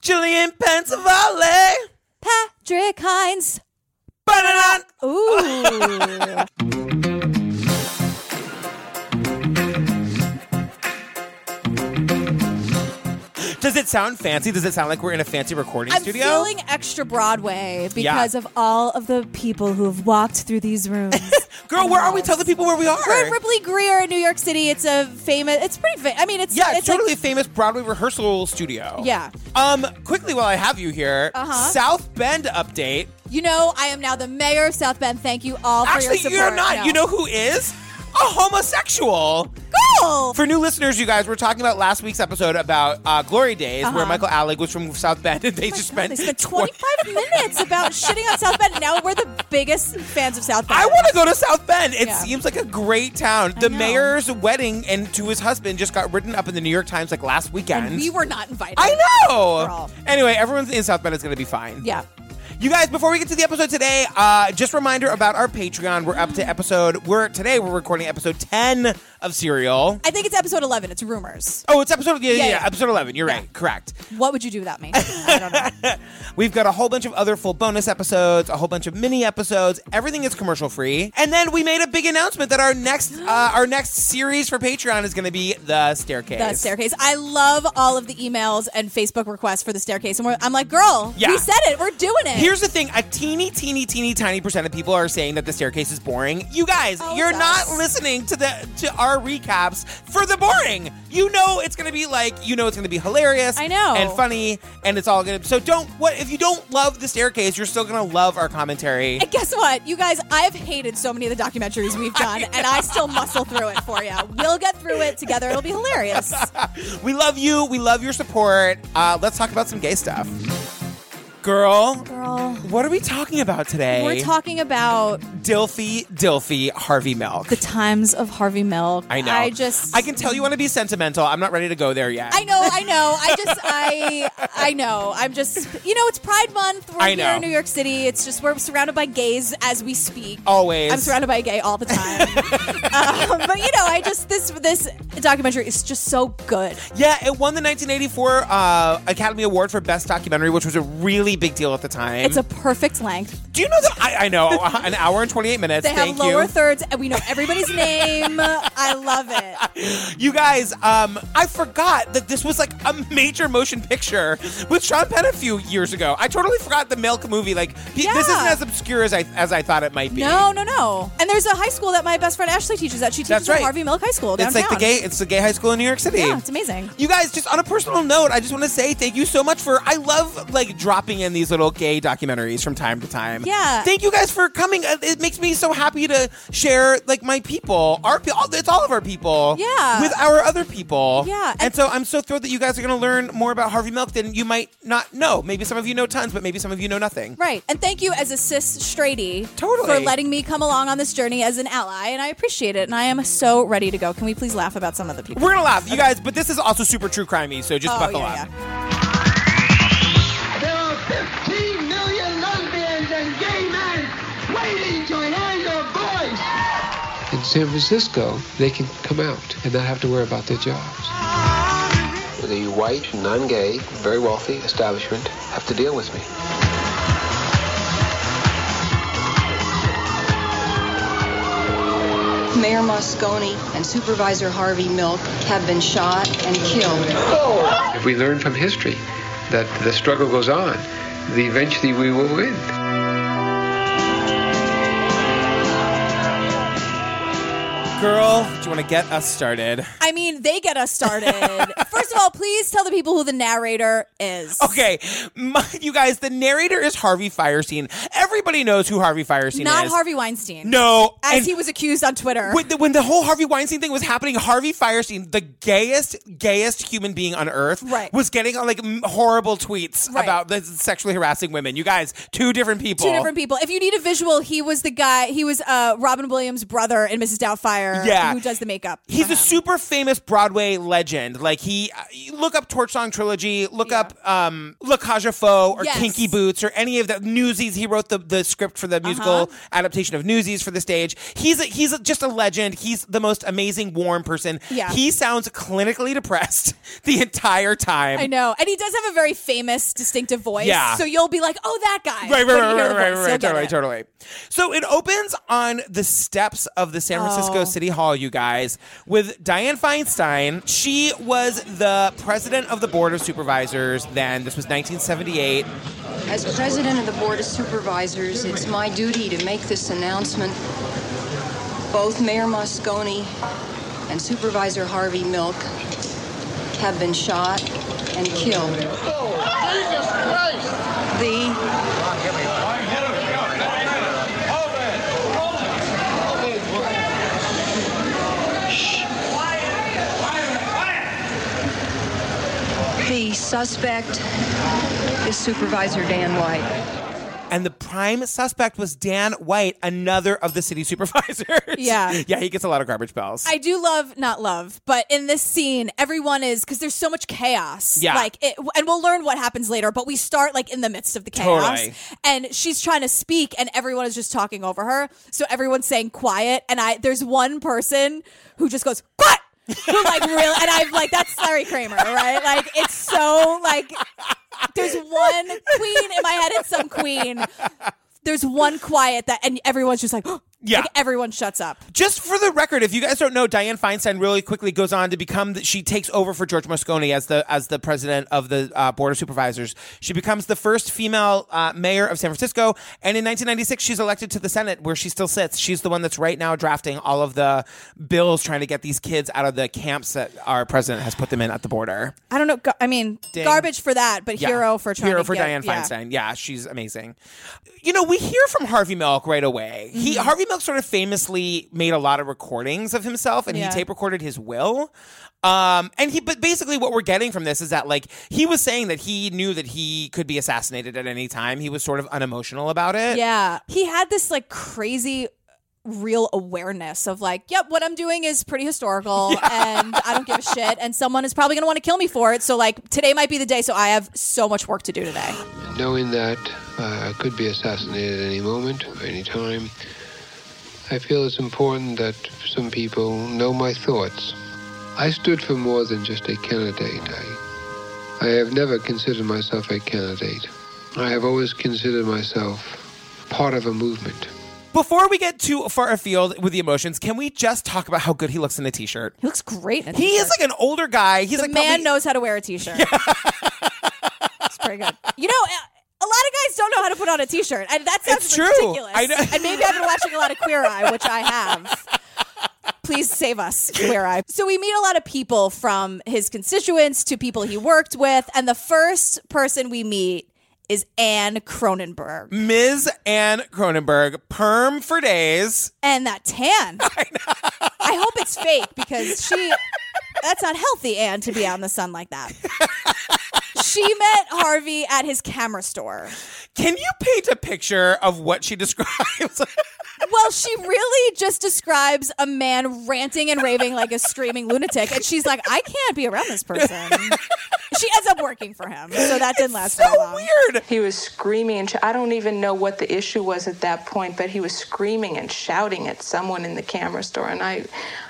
Julian Pensavalle. Patrick Hines. Ba-da-da. Ooh. Does it sound fancy? Does it sound like we're in a fancy recording I'm studio? feeling extra Broadway because of all of the people who have walked through these rooms. Girl, where are we? Tell the people where we are. We're at Ripley Greer in New York City. It's a famous. It's pretty. Fa- I mean, it's yeah, it's it's totally Like, famous Broadway rehearsal studio. Yeah. Um, quickly while I have you here, Uh-huh. South Bend update. you know, I am now the mayor of South Bend. Thank you all for your Actually, support. you're not. No. You know who is? A homosexual. Cool. For new listeners, you guys, we're talking about last week's episode about uh, Glory Days, where Michael Alec was from South Bend, and they just God, spent. they Uh-huh. spent 20 25 minutes about shitting on South Bend, and now we're the biggest fans of South Bend. I want to go to South Bend. It Yeah. seems like a great town. The know. mayor's wedding and to his husband just got written up in the New York Times like last weekend. And we were not invited. I know. Girl. Anyway, everyone's in South Bend is going to be fine. Yeah. You guys, before we get to the episode today, uh, just a reminder about our Patreon. We're up to episode. We're today. We're recording episode ten of Serial. I think it's episode 11. It's rumors. Oh, it's episode yeah, yeah, Yeah, yeah, yeah. episode eleven. You're Yeah. right, correct. What would you do without me? I don't know. We've got a whole bunch of other full bonus episodes, a whole bunch of mini episodes. Everything is commercial free. And then we made a big announcement that our next uh, our next series for Patreon is going to be the staircase. The staircase. I love all of the emails and Facebook requests for the staircase. And we're, I'm like, girl, Yeah. we said it. We're doing it. Here's the thing: a teeny, teeny, teeny, tiny percent of people are saying that the staircase is boring. You guys, Oh, you're it's not us. listening to the to our recaps for the boring. You know it's going to be like you know it's going to be hilarious. I know. and funny, and it's all going to. So don't what if you don't love the staircase? You're still going to love our commentary. And guess what, you guys? I've hated so many of the documentaries we've done, and I still muscle through it for you. We'll get through it together. It'll be hilarious. We love you. We love your support. Uh, let's talk about some gay stuff, girl. Girl, What are we talking about today? we're talking about Dilfy, Dilfy, Harvey Milk. the times of Harvey Milk. I know. I just. I can tell you want to be sentimental. I'm not ready to go there yet. I know, I know. I just, I, I know. I'm just, you know, it's Pride Month. We're I here know. in New York City. It's just we're surrounded by gays as we speak. Always. I'm surrounded by gay all the time. um, but you know, I just this this documentary is just so good. Yeah, it won the 1984 uh, Academy Award for Best Documentary, which was a really big deal at the time. It's a perfect length. Do you know that? I, I know. An hour and 28 minutes. They Thank have lower you. thirds, and we know everybody's name. I love it. you guys, um, I forgot that this was like a major motion picture with Sean Penn a few years ago. I totally forgot the Milk movie. Like, th- this Yeah. isn't as obscure as I, as I thought it might be. No, no, no. And there's a high school that my best friend Ashley teaches at. She teaches That's right. at Harvey Milk High School It's downtown. like the gay, it's the gay high school in New York City. Yeah, it's amazing. You guys, just on a personal note, I just want to say thank you so much for. I love like dropping in these little gay documentaries from time to time. Yeah. Thank you guys for coming. Uh, It makes me so happy to share like my people, our people. It's all of our people. Yeah. With our other people. Yeah, And, and- so I'm so thrilled that you guys are going to learn more about Harvey Milk than you might not know. Maybe some of you know tons, but maybe some of you know nothing. Right. And thank you as a cis straighty Totally. for letting me come along on this journey as an ally, and I appreciate it. And I am so ready to go. Can we please laugh about some of the people? We're gonna laugh, you guys, but this is also super true crimey, so just Oh, buckle yeah, up. yeah. There are 15 million lesbians and gay men waiting to hear your voice. in San Francisco, they can come out and not have to worry about their jobs. The white, non-gay, very wealthy establishment have to deal with me. Mayor Moscone and Supervisor Harvey Milk have been shot and killed. If we learn from history that the struggle goes on, the- eventually we will win. Girl, do you want to get us started? I mean, they get us started. First of all, please tell the people who the narrator is. Okay, my, you guys, the narrator is Harvey Firestein. Everybody knows who Harvey Firestein Not is. Harvey Weinstein. No, As and he was accused on Twitter. When the, when the whole Harvey Weinstein thing was happening, Harvey Firestein, the gayest, gayest human being on earth, Right. was getting like m- horrible tweets Right. about the sexually harassing women. You guys, two different people. Two different people. If you need a visual, he was the guy. He was uh, Robin Williams' brother in Mrs. Doubtfire. designer Yeah. who does the makeup. for He's him. a super famous Broadway legend. Like he, uh, you look up Torch Song Trilogy, look up um, La Cage aux Folles or Yes. Kinky Boots or any of the Newsies. He wrote the, the script for the Uh-huh. musical adaptation of Newsies for the stage. He's a, he's a, just a legend. He's the most amazing, warm person. Yeah. He sounds clinically depressed the entire time. I know, and he does have a very famous, distinctive voice. Yeah. So you'll be like, "Oh, that guy!" Right, when right, you right, hear the right, right, voice. right, You'll get totally, it. totally. So it opens on the steps of the San Francisco Oh. City Hall, you guys, with Diane Feinstein. She was the president of the Board of Supervisors then. This was 1978. As president of the Board of Supervisors, it's my duty to make this announcement. Both Mayor Moscone and Supervisor Harvey Milk have been shot and killed. The the suspect is Supervisor Dan White. And the prime suspect was Dan White, another of the city supervisors. Yeah. yeah, he gets a lot of garbage bells. I do love, not love, but in this scene, everyone is because there's so much chaos. Yeah. Like, it, and we'll learn what happens later, but we start like in the midst of the chaos, Totally. and she's trying to speak, and everyone is just talking over her. So everyone's saying quiet, and I there's one person who just goes quiet. who like real and I'm like that's Larry Kramer right like it's so like there's one queen in my head it's some queen there's one quiet that and everyone's just like Yeah. like everyone shuts up Just for the record, if you guys don't know, Diane Feinstein really quickly goes on to become. The, she takes over for George Moscone as the as the president of the uh, board of supervisors. She becomes the first female uh, mayor of San Francisco, and in 1996, she's elected to the Senate, where she still sits. She's the one that's right now drafting all of the bills trying to get these kids out of the camps that our president has put them in at the border. I don't know. Gar- I mean, Ding. garbage for that, but Yeah. hero for trying hero to for get- Diane yeah. Feinstein. Yeah. she's amazing. You know, we hear from Harvey Milk right away. He Mm-hmm. Harvey Milk sort of famously made a lot of recordings of himself, and Yeah. he tape recorded his will. Um, and he, but basically, what we're getting from this is that like he was saying that he knew that he could be assassinated at any time. He was sort of unemotional about it. Yeah, he had this like crazy real awareness of like, yep, what I'm doing is pretty historical, and I don't give a shit, and someone is probably gonna want to kill me for it. So like, today might be the day. So I have so much work to do today. Knowing that uh, I could be assassinated at any moment, or any time, I feel it's important that some people know my thoughts. I stood for more than just a candidate. I, I have never considered myself a candidate. I have always considered myself part of a movement. Before we get too far afield with the emotions, can we just talk about how good he looks in a t-shirt? He looks great. In a He t-shirt. is like an older guy. He's the like man probably- knows how to wear a t-shirt. it's pretty good. You know. uh, A lot of guys don't know how to put on a T-shirt, and that sounds It's true. ridiculous. I know. And maybe I've been watching a lot of Queer Eye, which I have. Please save us, Queer Eye. So we meet a lot of people from his constituents to people he worked with, and the first person we meet is Anne Cronenberg, Ms. Ann Cronenberg, perm for days. and that tan. I, hope it's fake because she. That's not healthy, Anne, to be out in the sun like that. She met Harvey at his camera store. Can you paint a picture of what she describes? Well, she really just describes a man ranting and raving like a screaming lunatic, and she's like, I can't be around this person. She ends up working for him, so that didn't last very so long. weird. He was screaming and sh- I don't even know what the issue was at that point, but he was screaming and shouting at someone in the camera store and I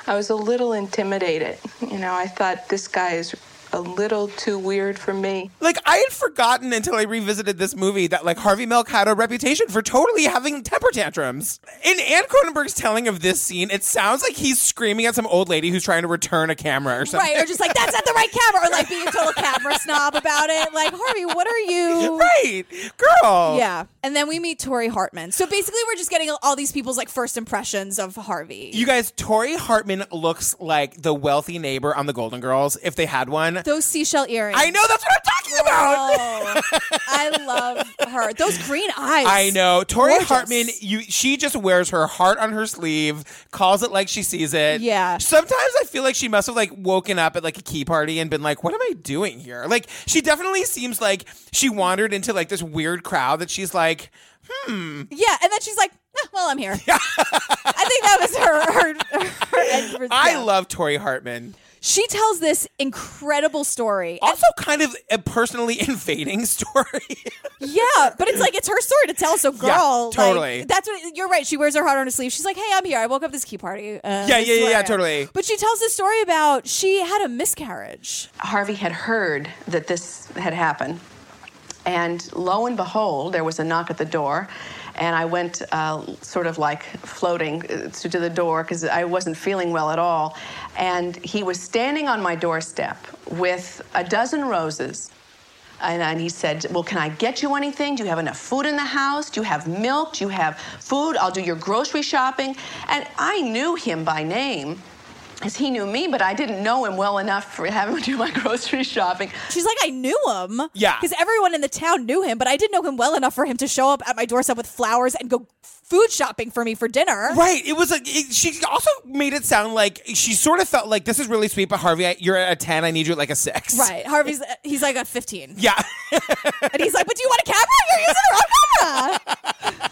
I was a little intimidated. You know, I thought this guy is a little too weird for me. Like I had forgotten until I revisited this movie that like Harvey Milk had a reputation for totally having temper tantrums. In Anne Cronenberg's telling of this scene, it sounds like he's screaming at some old lady who's trying to return a camera or something. Right, or just like, that's not the right camera, or like being a total camera snob about it. Like, Harvey, what are you? Right, girl. Yeah. And then we meet Tori Hartman. So basically, we're just getting all these people's like first impressions of Harvey. You guys, Tori Hartman looks like the wealthy neighbor on The Golden Girls if they had one. Those seashell earrings. I know that's what I'm talking about. Oh, I love her. Those green eyes. I know. Tori Gorgeous. Hartman, you she just wears her heart on her sleeve, calls it like she sees it. Yeah. Sometimes I feel like she must have like woken up at like a key party and been like, what am I doing here? Like she definitely seems like "Hmm, she wandered into like this weird crowd that she's like, Yeah, and then she's like, well, I'm here. I think that was her. her, her entrance, I yeah. love Tori Hartman. She tells this incredible story. And- Also, kind of a personally invading story. yeah, but it's like it's her story to tell. So, girl, like, totally. that's what you're right. She wears her heart on her sleeve. She's like, "Hey, I'm here. I woke up at this key party." Uh, Yeah, this yeah, is yeah, where yeah, I am." totally. But she tells this story about she had a miscarriage. Harvey had heard that this had happened. And lo and behold, there was a knock at the door. And I went uh, sort of like floating uh, to, to the door because I wasn't feeling well at all. And he was standing on my doorstep with a dozen roses. And, and he said, Well, can I get you anything? Do you have enough food in the house? Do you have milk? Do you have food? I'll do your grocery shopping. And I knew him by name. As he knew me, but I didn't know him well enough for having to do my grocery shopping. She's like, I knew him. Yeah. Because everyone in the town knew him, but I didn't know him well enough for him to show up at my doorstep with flowers and go food shopping for me for dinner. Right. It was like it, she also made it sound like she sort of felt like this is really sweet, but Harvey, I, you're at a ten. I need you at like a six. Right. Harvey's, he's like a 15. Yeah. And he's like, but do you want a camera? You're using the wrong camera.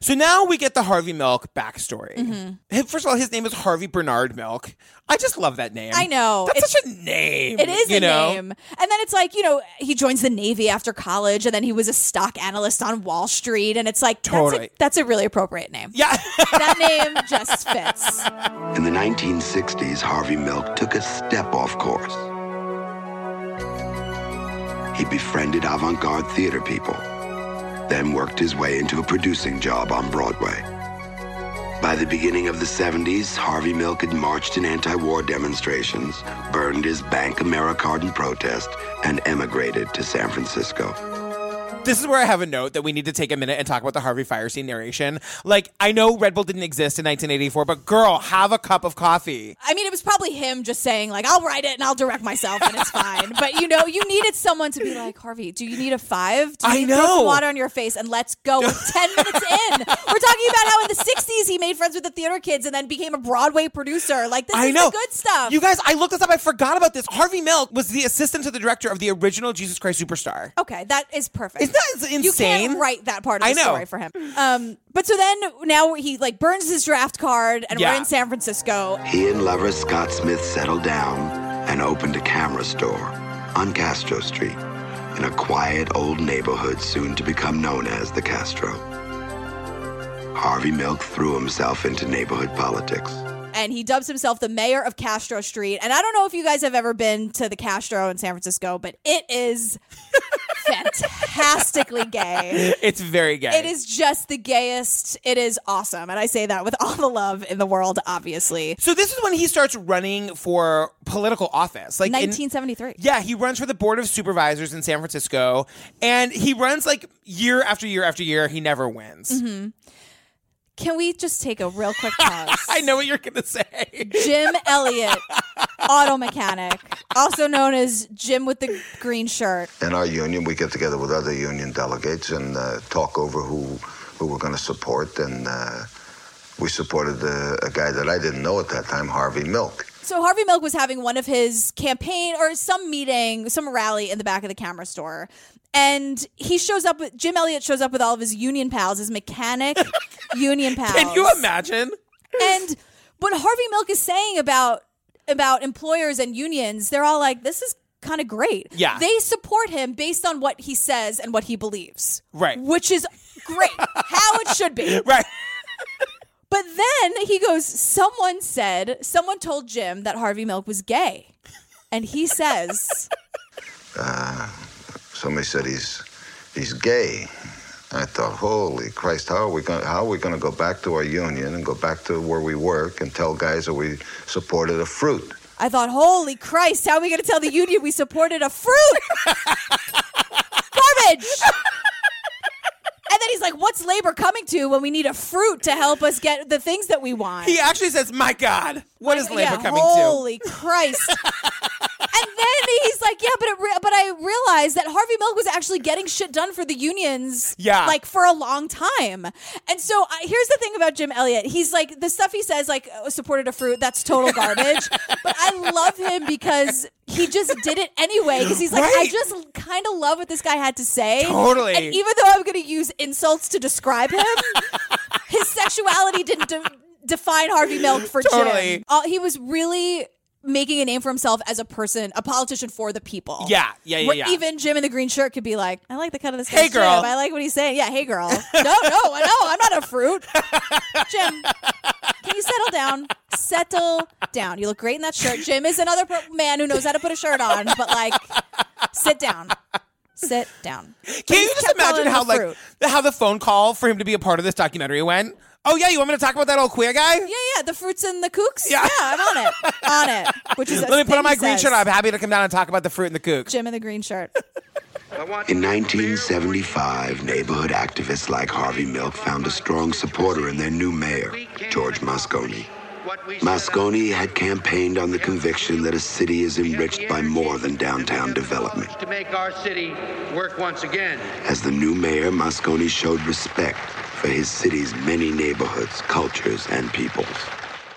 so now we get the Harvey Milk backstory. Mm-hmm. Hi- First of all, his name is Harvey Bernard Milk. I just love that name. I know. That's It's- such a name. It is you a know? name. And then it's like, you know, he joins the Navy after college and then he was a stock analyst on Wall Street. And it's like, Totally. that's, a, that's a really appropriate name. Yeah. That name just fits. In the 1960s, Harvey Milk took a step off course. He befriended avant garde theater people, then worked his way into a producing job on Broadway. By the beginning of the 70s, Harvey Milk had marched in anti war demonstrations, burned his Bank AmeriCard in protest, and emigrated to San Francisco. this is where I have a note that we need to take a minute and talk about the Harvey Firestein narration. Like, I know Red Bull didn't exist in 1984, but girl, have a cup of coffee. I mean, it was probably him just saying like, "I'll write it and I'll direct myself and it's fine." But you know, you needed someone to be like, "Harvey, do you need a five? Do you I need to throw some know. water on your face and let's go." We're Ten minutes in, we're talking about how in the '60s he made friends with the theater kids and then became a Broadway producer. Like this I is know. the good stuff. You guys, I looked this up. I forgot about this. Harvey Milk was the assistant to the director of the original Jesus Christ Superstar. Okay, that is perfect. Isn't that insane? You can't write that part of the I know. story for him. Um, but so then now he like burns his draft card, and Yeah. we're in San Francisco. He and lover Scott Smith settled down and opened a camera store on Castro Street in a quiet old neighborhood soon to become known as the Castro. Harvey Milk threw himself into neighborhood politics. and he dubs himself the mayor of Castro Street. And I don't know if you guys have ever been to the Castro in San Francisco, but it is fantastically gay. It's very gay. It is just the gayest. It is awesome. And I say that with all the love in the world, obviously. So this is when he starts running for political office. Like in- 1973. yeah, he runs for the board of supervisors in San Francisco, and he runs like year after year after year. He never wins. Mm-hmm. Can we just take a real quick pause? I know what you're gonna say. Jim Elliott, auto mechanic, also known as Jim with the green shirt. In our union, we get together with other union delegates and uh, talk over who who we're going to support. And uh, we supported a, a guy that I didn't know at that time, Harvey Milk. So Harvey Milk was having one of his campaign or some meeting, some rally in the back of the camera store. And he shows up with Jim Elliott shows up with all of his union pals, his mechanic union pals. Can you imagine? And what Harvey Milk is saying about about employers and unions, they're all like, This is kind of great. Yeah. They support him based on what he says and what he believes. Right. Which is great. how it should be. Right. But then he goes, Someone said, someone told Jim that Harvey Milk was gay. And he says, Somebody said he's he's gay. I thought, holy Christ, how are we going? How are we going to go back to our union and go back to where we work and tell guys that we supported a fruit? I thought, holy Christ, how are we going to tell the union we supported a fruit? Garbage. And then he's like, what's labor coming to when we need a fruit to help us get the things that we want? He actually says, "My God, what is labor coming to?" holy Christ. and then he's like, yeah, but it re- but I realized that Harvey Milk was actually getting shit done for the unions Yeah. like for a long time. And so I here's the thing about Jim Elliott. He's like the stuff he says like oh, supported a fruit, that's total garbage. but I love him because he just did it anyway because he's like I Right. just kind of love what this guy had to say. Totally. And even though I'm going to use insults to describe him, sexuality didn't de- define Harvey Milk for Totally. Jim. Uh, he was really making a name for himself as a person, a politician for the people. Yeah, yeah, yeah, Where yeah. Even Jim in the green shirt could be like, I like the cut of this. Hey, guy's girl. jib. I like what he's saying. Yeah, hey girl. No, no, no, I'm not a fruit. Jim, can you settle down? Settle down. You look great in that shirt. Jim is another pro- man who knows how to put a shirt on, but like, sit down. Sit down. But Can he you just kept calling him imagine a how like fruit. the- how the phone call for him to be a part of this documentary went? Oh yeah, you want me to talk about that old queer guy? Yeah, yeah, the fruits and the kooks. Yeah. Yeah, I'm on it. On it. Which is a Let me put thing on my he green says. shirt. I'm happy to come down and talk about the fruit and the kook. Jim in the green shirt. In 1975, neighborhood activists like Harvey Milk found a strong supporter in their new mayor, George Moscone. Moscone had campaigned on the conviction that a city is enriched by more than downtown development. To make our city work once again. As the new mayor, Moscone showed respect for his city's many neighborhoods, cultures, and peoples.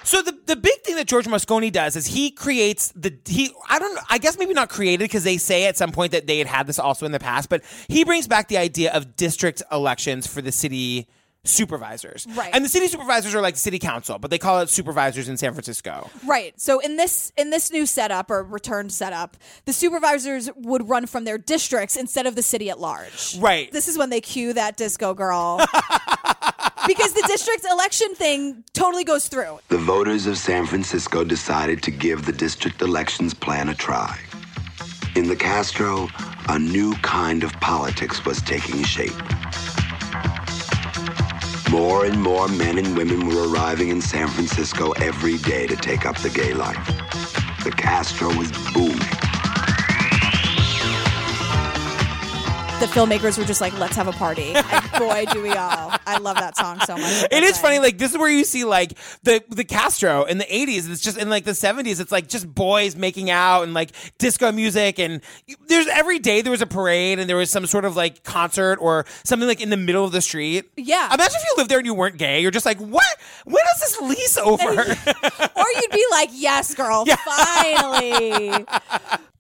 So the, the big thing that George Moscone does is he creates the he I don't I guess maybe not created because they say at some point that they had had this also in the past, but he brings back the idea of district elections for the city supervisors. Right. And the city supervisors are like city council, but they call it supervisors in San Francisco. Right. So in this in this new setup or returned setup, the supervisors would run from their districts instead of the city at large. Right. This is when they cue that disco girl. because the district election thing totally goes through. The voters of San Francisco decided to give the district elections plan a try. In the Castro, a new kind of politics was taking shape. More and more men and women were arriving in San Francisco every day to take up the gay life. The Castro was booming. The filmmakers were just like, let's have a party. And boy do we all. I love that song so much. It is funny, like this is where you see like the the Castro in the eighties. It's just in like the seventies. It's like just boys making out and like disco music and you- there's every day there was a parade and there was some sort of like concert or something like in the middle of the street. Yeah. Imagine if you lived there and you weren't gay. You're just like, what? When is this lease over? or you'd be like, "Yes, girl, finally."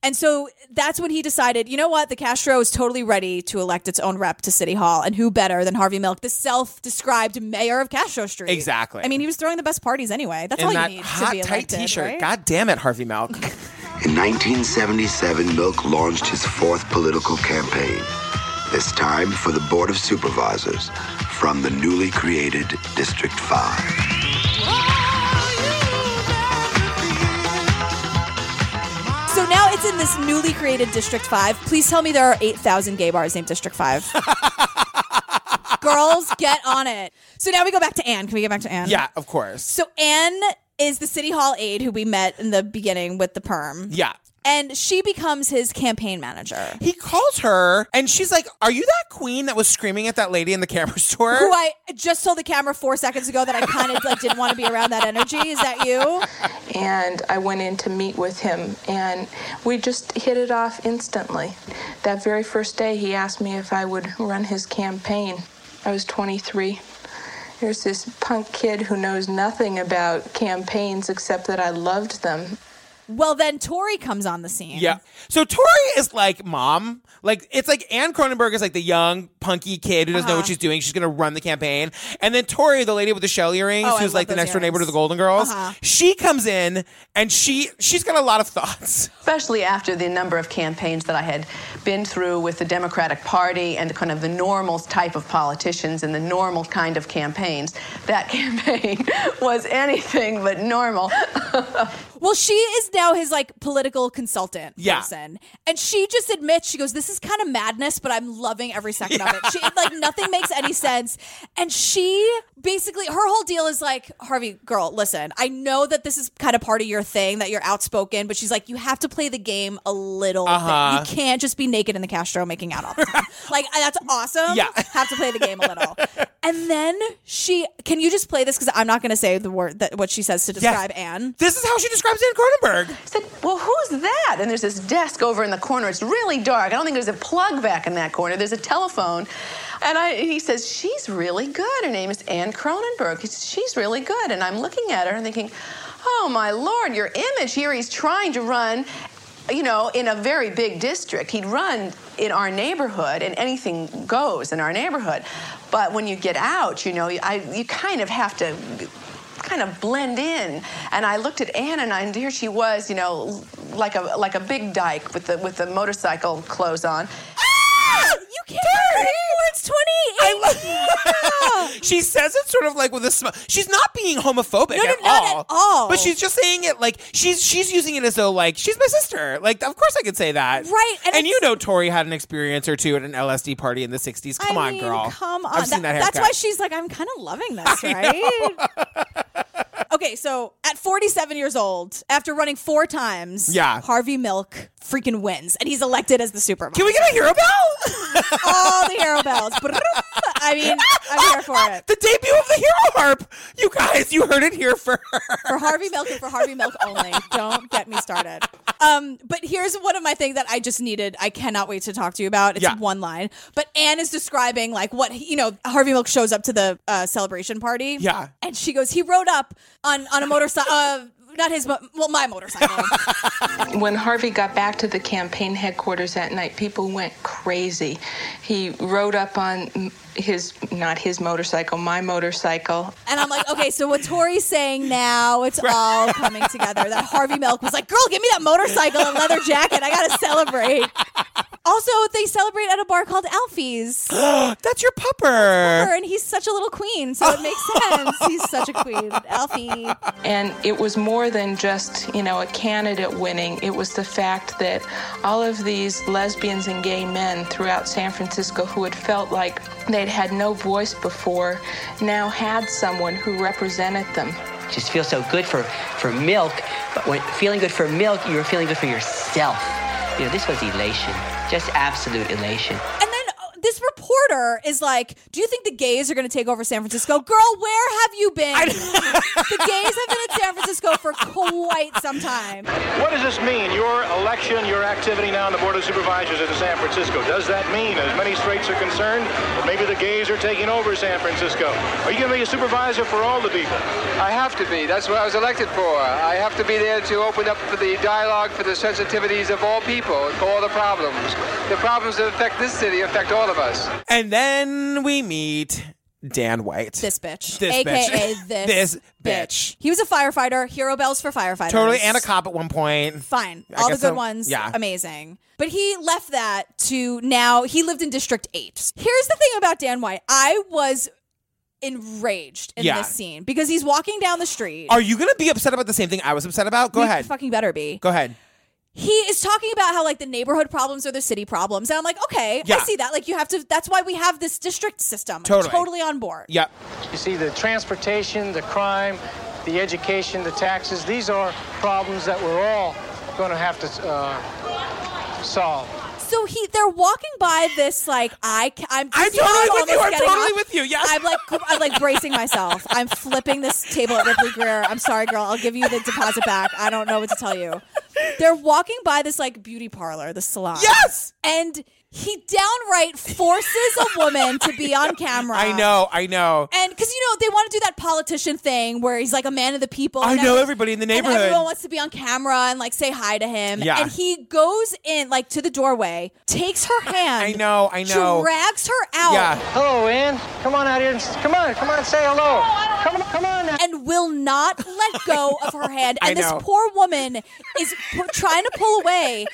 and so that's when he decided, you know what, the Castro is totally ready to elect its own rep to City Hall, and who better than Harvey Milk, the self-described mayor of Castro Street? Exactly. I mean, he was throwing the best parties anyway. That's in all that you need to hot be tight elected. T-shirt. right? God damn it, Harvey Milk. In 1977, Milk launched his fourth political campaign, this time for the Board of Supervisors from the newly created District 5. So now it's in this newly created District 5. Please tell me there are 8,000 gay bars named District 5. Girls, get on it. So now we go back to Anne. Can we get back to Anne? yeah, of course. So Anne is the city hall aide who we met in the beginning with the perm. Yeah. And she becomes his campaign manager. He calls her and she's like, Are you that queen that was screaming at that lady in the camera store? Who I just told the camera four seconds ago that I kind of like didn't want to be around that energy. Is that you? and I went in to meet with him, and we just hit it off instantly. That very first day, he asked me if I would run his campaign. I was 23. Here's this punk kid who knows nothing about campaigns except that I loved them. Well, then Tori comes on the scene. Yeah. So Tori is like mom. Like it's like Anne Cronenberg is like the young punky kid who doesn't Uh-huh. know what she's doing. She's gonna run the campaign, and then Tori, the lady with the shell earrings, Oh, I who's love like the those next door neighbor to earrings. Uh-huh. the Golden Girls. She comes in and she she's got a lot of thoughts. especially after the number of campaigns that I had been through with the Democratic Party and kind of the normal type of politicians and the normal kind of campaigns. That campaign was anything but normal. Well, she is now Oh, his like political consultant Yeah. person. And she just admits, she goes, This is kind of madness, but I'm loving every second of it. She like nothing makes any sense. And she basically her whole deal is like, Harvey, girl, listen, I know that this is kind of part of your thing that you're outspoken, but she's like, You have to play the game a little Uh-huh. bit. You can't just be naked in the Castro making out all the time. like uh, that's awesome. Yeah. Have to play the game a little. And then she can you just play this? Because I'm not gonna say the word that what she says to describe Anne. This is how she describes Anne Cronenberg. I said, Well, who's that? And there's this desk over in the corner. It's really dark. I don't think there's a plug back in that corner. There's a telephone. And I, he says, She's really good. Her name is Ann Cronenberg. He says, She's really good. And I'm looking at her and thinking, Oh my Lord, your image here. He's trying to run you know, in a very big district. He'd run in our neighborhood, and anything goes in our neighborhood. But when you get out, you know, I, you kind of have to kind of blend in. And I looked at Anna, and, I, and here she was, you know, like a like a big dyke with the with the motorcycle clothes on. You can't believe it's 28. She says it sort of like with a smile. She's not being homophobic No, no, at, not all, at all. But she's just saying it like she's she's using it as though like she's my sister. Like of course I could say that, Right, and And, you it's- know Tori had an experience or two at an LSD party in the '60s. Come I on, mean, girl. Come on. I've seen that, haircut. That's why she's like, I'm kind of loving this, right? okay, so at 47 years old, after running four times, Yeah. Harvey Milk freaking wins, and he's elected as the supervisor. Can we get a hero bell? all the hero bells? I mean, I'm here for it. the debut of the hero harp. Oh, You guys, you heard it here first. for Harvey Milk and for Harvey Milk only. Don't get me started. Um, but here's one of my things that I just needed. I cannot wait to talk to you about. It's Yeah. one line. But Anne is describing like what he- you know. Harvey Milk shows up to the uh, celebration party. Yeah. and she goes, he rode up on on a motorcycle. uh, not his, mo- well, my motorcycle. When Harvey got back to the campaign headquarters that night, people went crazy. He rode up on his, not his motorcycle, my motorcycle. and I'm like, okay, so what Tori's saying now, it's all coming together. That Harvey Milk was like, girl, give me that motorcycle and leather jacket. I got to celebrate. Also, they celebrate at a bar called Alfie's. That's your pupper. her, and he's such a little queen, so it makes sense. He's such a queen, Alfie. And it was more than just, you know, a candidate winning. It was the fact that all of these lesbians and gay men throughout San Francisco who had felt like they'd had no voice before now had someone who represented them. just feel so good for, for milk. But when feeling good for milk, you were feeling good for yourself. You know, this was elation, just absolute elation. And then uh, this reporter is like, "Do you think the gays are going to take over San Francisco, girl? Where have you been? the gays have been in San Francisco for quite some time." What does this mean? Your election, your activity now on the Board of Supervisors in San Francisco. Does that mean, as many straights are concerned, that maybe the gays are taking over San Francisco? Are you going to be a supervisor for all the people? I have to be. That's what I was elected for. I have to be there to open up for the dialogue for the sensitivities of all people, for all the problems. The problems that affect this city affect all of us. And then we meet Dan White. This bitch, This aka bitch. this, This bitch. He was a firefighter. Hero bells for firefighters. totally and a cop at one point. Fine, I all the guess good I- ones. yeah. amazing. But he left that to now. He lived in District Eight. Here's the thing about Dan White. I was enraged in Yeah. this scene because he's walking down the street. Are you going to be upset about the same thing I was upset about? Go You ahead. Fucking better be. Go ahead. He is talking about how like the neighborhood problems are the city problems, and I'm like, okay, I Yeah. see that. Like you have to. That's why we have this district system. I'm Totally. totally on board. Yep. You see the transportation, the crime, the education, the taxes. These are problems that we're all going to have to uh, solve. So he, they're walking by this like I, ca- I'm. I'm see how I'm totally with you. almost I'm getting totally up? with you. Yes. I'm like, I'm like bracing myself. I'm flipping this table at Ripley Greer. I'm sorry, girl. I'll give you the deposit back. I don't know what to tell you. They're walking by this like beauty parlor, the salon. Yes! And he downright forces a woman to be on camera. I know. I know. And because you know they want to do that politician thing where he's like a man of the people. I and know every- everybody in the And neighborhood. everyone wants to be on camera and like say hi to him. Yeah. And he goes in like to the doorway, takes her hand. I know, I know. Drags her out. Yeah. Hello, Ann. Come on out here. And, s- come on. Come on. Say hello. Come on. Come on. Now. And will not let go of her hand. I And this know. poor woman is pu- trying to pull away.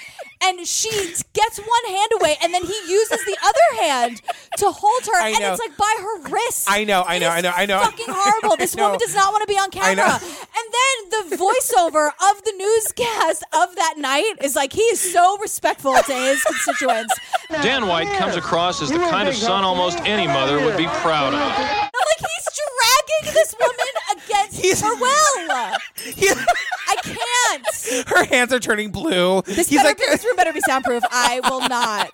And she gets one hand away, and then he uses the other hand to hold her, I and know. it's like by her wrist. I know, I It know, is I know, I know. Fucking horrible. I This know. woman does not want to be on I know. camera. And then the voiceover of the newscast of that night is like he is so respectful to his constituents. Dan White comes across as the kind of son almost any mother would be proud of. Like he's dragging this woman against He's- her will. I can't. Her hands are turning blue. This, He's better, like, be- this room better be soundproof. I will not.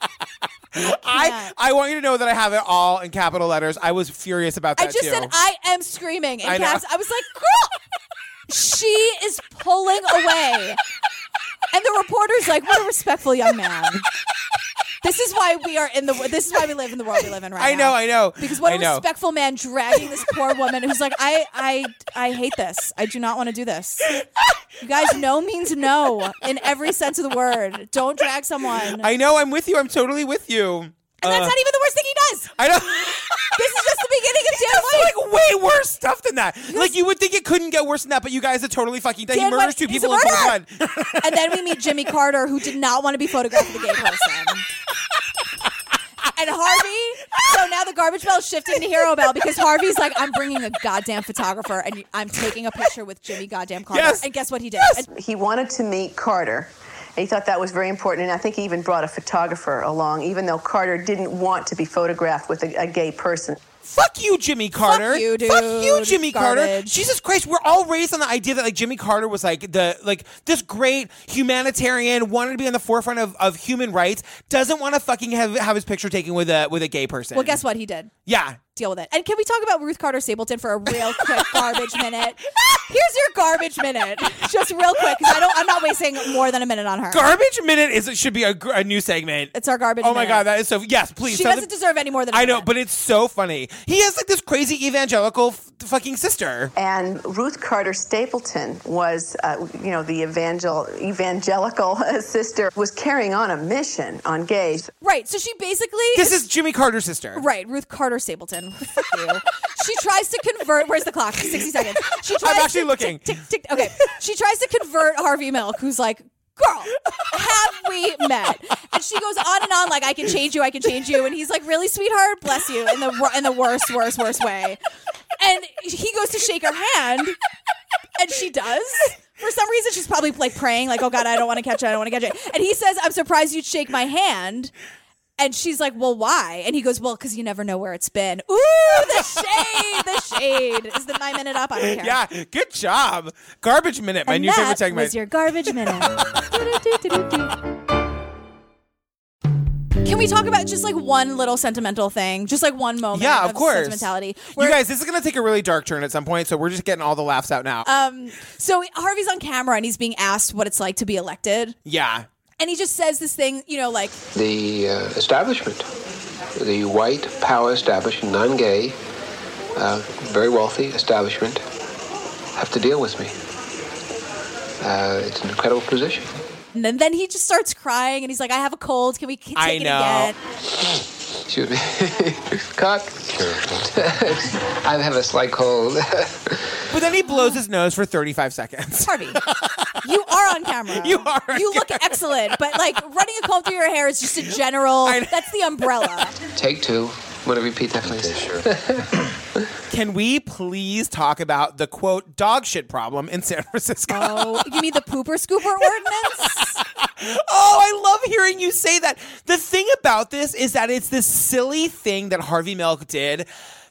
I, I want you to know that I have it all in capital letters. I was furious about I that just too. said I am screaming in I know. caps. I was like, girl, she is pulling away. And the reporter's like, what a respectful young man. This is why we are in the. This is why we live in the world we live in right I know, now. I know. Because what I a know. respectful man dragging this poor woman who's like, I, I, I hate this. I do not want to do this. You guys, no means no in every sense of the word. Don't drag someone. I know. I'm with you. I'm totally with you. Uh, And That's not even the worst thing he does. I know. This is just the beginning of Dan like way worse stuff than that. Like you would think it couldn't get worse than that, but you guys are totally fucking. That he Dan murders White- two he's a people in cold murderer! blood. and then we meet Jimmy Carter, who did not want to be photographed with a gay person. And Harvey, so now the garbage bell is shifting to hero bell because Harvey's like, I'm bringing a goddamn photographer and I'm taking a picture with Jimmy goddamn Carter. Yes. And guess what he did? And He wanted to meet Carter. And he thought that was very important, and I think he even brought a photographer along, even though Carter didn't want to be photographed with a, a gay person. Fuck you, Jimmy Carter. Fuck you, dude. Fuck you, Jimmy Carter. Garbage. Jesus Christ, we're all raised on the idea that like Jimmy Carter was like the like this great humanitarian, wanted to be on the forefront of, of human rights, doesn't want to fucking have, have his picture taken with a with a gay person. well, guess what he did? Yeah. Deal with it. And can we talk about Ruth Carter Stapleton for a real quick garbage minute? Here's your garbage minute, just real quick, because I don't. I'm not wasting more than a minute on her. Garbage minute is it should be a, gr- a new segment. It's our garbage. Oh my minute. god, that is so yes, please. She tell doesn't deserve any more than. a I know, minute. but it's so funny. He has like this crazy evangelical f- fucking sister. And Ruth Carter Stapleton was, uh, you know, the evangel evangelical sister, was carrying on a mission on gays. Right. So she basically. This is Jimmy Carter's sister. Right, Ruth Carter Stapleton. Fuck you. she tries to convert. Where's the clock? Sixty seconds. She I'm tries actually to, looking. Tick, tick, tick. Okay. She tries to convert Harvey Milk, who's like, "Girl, have we met?" And she goes on and on, like, "I can change you. I can change you." And he's like, "Really, sweetheart? Bless you." In the wor- in the worst, worst, worst way. And he goes to shake her hand, and she does. For some reason, she's probably like praying, like, "Oh God, I don't want to catch it. I don't want to catch it." And he says, "I'm surprised you'd shake my hand." And she's like, "Well, why?" And he goes, "Well, because you never know where it's been." Ooh, the shade, the shade. Is the my minute up? I don't care. Yeah, good job. Garbage minute, my and new that favorite segment. was your garbage minute. Can we talk about just like one little sentimental thing? Just like one moment. Yeah, of course. Sentimentality. you guys, this is going to take a really dark turn at some point, so we're just getting all the laughs out now. Um, so Harvey's on camera and he's being asked what it's like to be elected, yeah. and he just says this thing, you know, like the uh, establishment, the white power establishment, non-gay, uh, very wealthy establishment, have to deal with me. Uh, it's an incredible position. And then, then he just starts crying and he's like, I have a cold. Can we k- take I it know. again? Excuse me, cock. I have a slight cold. But then he blows his nose for 35 seconds. Harvey, you are on camera. You are. You look excellent, but like running a comb through your hair is just a general, that's the umbrella. Take two. Want to repeat that, please? Can we please talk about the quote dog shit problem in San Francisco? Oh, you mean the pooper scooper ordinance? Oh, I love hearing you say that. The thing about this is that it's this silly thing that Harvey Milk did.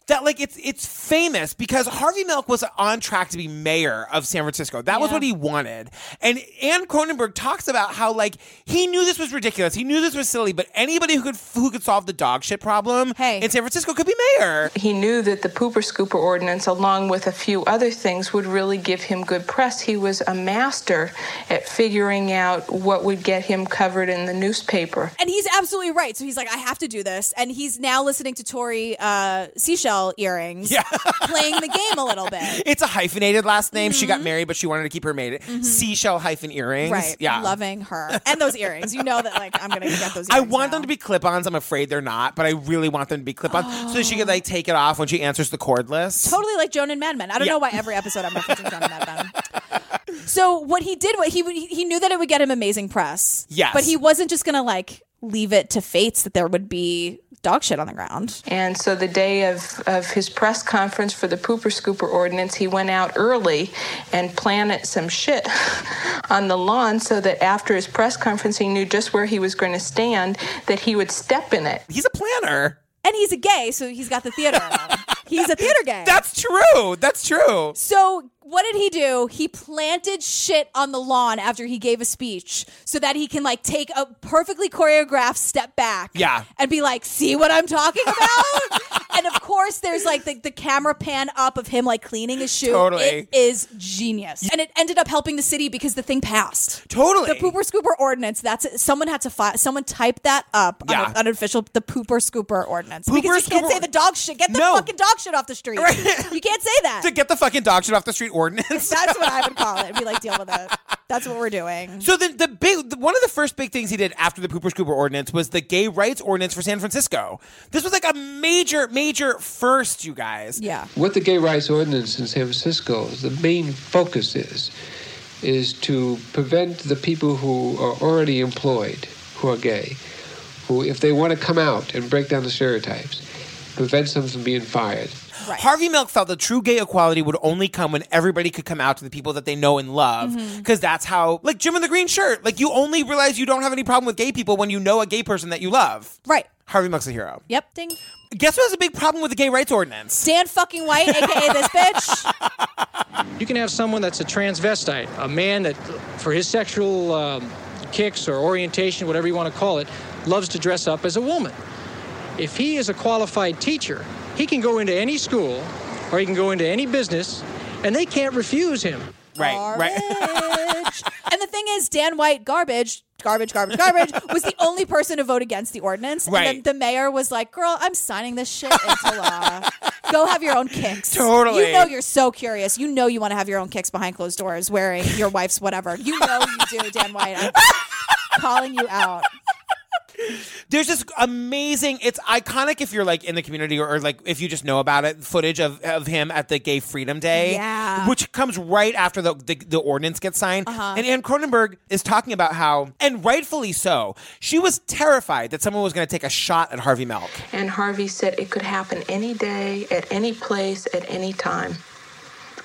That like it's it's famous because Harvey Milk was on track to be mayor of San Francisco. That was what he wanted. And Ann Cronenberg talks about how like he knew this was ridiculous. He knew this was silly, but anybody who could who could solve the dog shit problem in San Francisco could be mayor. He knew that the pooper scooper ordinance, along with a few other things, would really give him good press. He was a master at figuring out what would get him covered in the newspaper. And he's absolutely right. So he's like, I have to do this. And he's now listening to Tori uh, Seashell earrings playing the game a little bit. It's a hyphenated last name. She got married, but she wanted to keep her maid. Seashell hyphen Mm-hmm. earrings. Right. Yeah. Loving her. And those earrings. You know that like I'm gonna get those earrings. I want them to be clip-ons. I'm afraid they're not, but I really want them to be clip-ons so that she could like take it off when she answers the cordless. totally like Joan and Mad Men. I don't Yeah. know why every episode I'm referencing Joan and Mad Men. So what he did, what he would, he knew that it would get him amazing press. Yes. but he wasn't just gonna like leave it to fates that there would be dog shit on the ground. And so the day of, of his press conference for the pooper scooper ordinance, he went out early and planted some shit on the lawn so that after his press conference, he knew just where he was going to stand, that he would step in it. He's a planner. And he's a gay, so he's got the theater. in him. he's a theater gay. That's true. That's true. So what did he do? He planted shit on the lawn after he gave a speech so that he can like take a perfectly choreographed step back Yeah. and be like, see what I'm talking about? and of course course, there's like the, the camera pan up of him like cleaning his shoe. Totally. It is genius. And it ended up helping the city because the thing passed. Totally. The pooper scooper ordinance. That's it. Someone had to fi- someone typed that up on Yeah. an unofficial the pooper scooper ordinance. Pooper because you can't scooper- say the dog shit. Get the No. fucking dog shit off the street. You can't say that. to get the fucking dog shit off the street ordinance. That's what I would call it. Be like, deal with it. That's what we're doing. So the the big the, one of the first big things he did after the pooper scooper ordinance was the gay rights ordinance for San Francisco. This was like a major major first, you guys. Yeah. What the gay rights ordinance in San Francisco, the main focus is, is to prevent the people who are already employed, who are gay, who, if they want to come out and break down the stereotypes, prevents them from being fired. Harvey Milk felt that true gay equality would only come when everybody could come out to the people that they know and love. Mhm. Because that's how, like Jim in the Green Shirt, like you only realize you don't have any problem with gay people when you know a gay person that you love. Right. Harvey Milk's a hero. Yep. Ding. Guess what has a big problem with the gay rights ordinance? Dan fucking White, aka this bitch. You can have someone that's a transvestite, a man that, for his sexual um, kicks or orientation, whatever you want to call it, loves to dress up as a woman. If he is a qualified teacher, he can go into any school or he can go into any business, and they can't refuse him. Right, right. and the thing is, Dan White, garbage, garbage, garbage, garbage, was the only person to vote against the ordinance. Right. And then the mayor was like, girl, I'm signing this shit into law. Go have your own kicks. Totally. You know you're so curious. You know you want to have your own kicks behind closed doors wearing your wife's whatever. You know Oh, you do, Dan White. I'm calling you out. There's this amazing, it's iconic if you're like in the community or, or, like if you just know about it, footage of, of him at the Gay Freedom Day. Yeah. Which comes right after the, the, the ordinance gets signed. Uh-huh. And Anne Cronenberg is talking about how, and rightfully so, she was terrified that someone was going to take a shot at Harvey Milk. And Harvey said it could happen any day, at any place, at any time.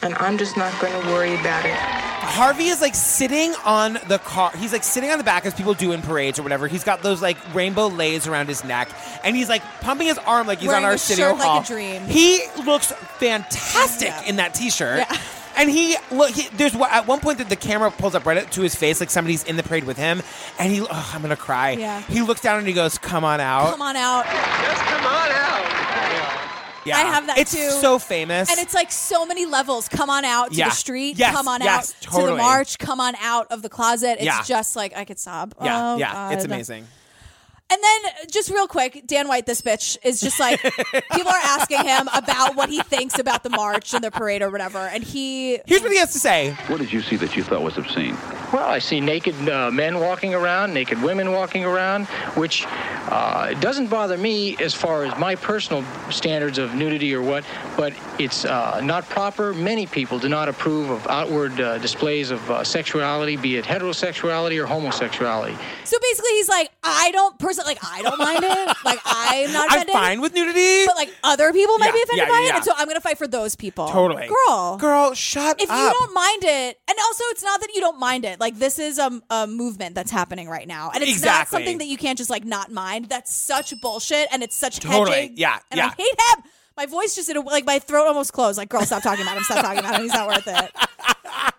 And I'm just not going to worry about it. Harvey is like sitting on the car. He's like sitting on the back as people do in parades or whatever. He's got those like rainbow lays around his neck, and he's like pumping his arm like he's Wearing on our his studio shirt like a hall. dream. He looks fantastic in that t-shirt. Yeah. And he look. He, there's one- at one point that the camera pulls up right up to his face, like somebody's in the parade with him, and he. Oh, I'm gonna cry. Yeah. He looks down and he goes, "Come on out." Come on out. Just come on out. Yeah. I have that it's too. so famous. And it's like so many levels. Come on out to Yeah. the street. Yes, come on yes, out to totally. the march. Come on out of the closet. It's Yeah. just like I could sob. yeah, Oh, yeah, it's God. amazing. And then just real quick, Dan White, this bitch is just like people are asking him about what he thinks about the march and the parade or whatever, and he Here's what he has to say. What did you see that you thought was obscene? Well, I see naked uh, men walking around, naked women walking around, which uh, doesn't bother me as far as my personal standards of nudity or what, but it's uh, not proper. Many people do not approve of outward uh, displays of uh, sexuality, be it heterosexuality or homosexuality. So basically, he's like, I don't personally, like, I don't mind it. Like, I'm not I'm offended. fine with nudity. But, like, other people might Yeah, be offended yeah, by yeah, it. yeah. And so I'm going to fight for those people. Totally. Girl. Girl, shut if up. you don't mind it, and also it's not that you don't mind it. Like, this is a, a movement that's happening right now. And it's not Exactly. something that you can't just, like, not mind. That's such bullshit. And it's such Totally. hedging. Yeah, And yeah. I hate him. My voice just, did a, like, my throat almost closed. Like, girl, stop talking about him. Stop talking about him. He's not worth it.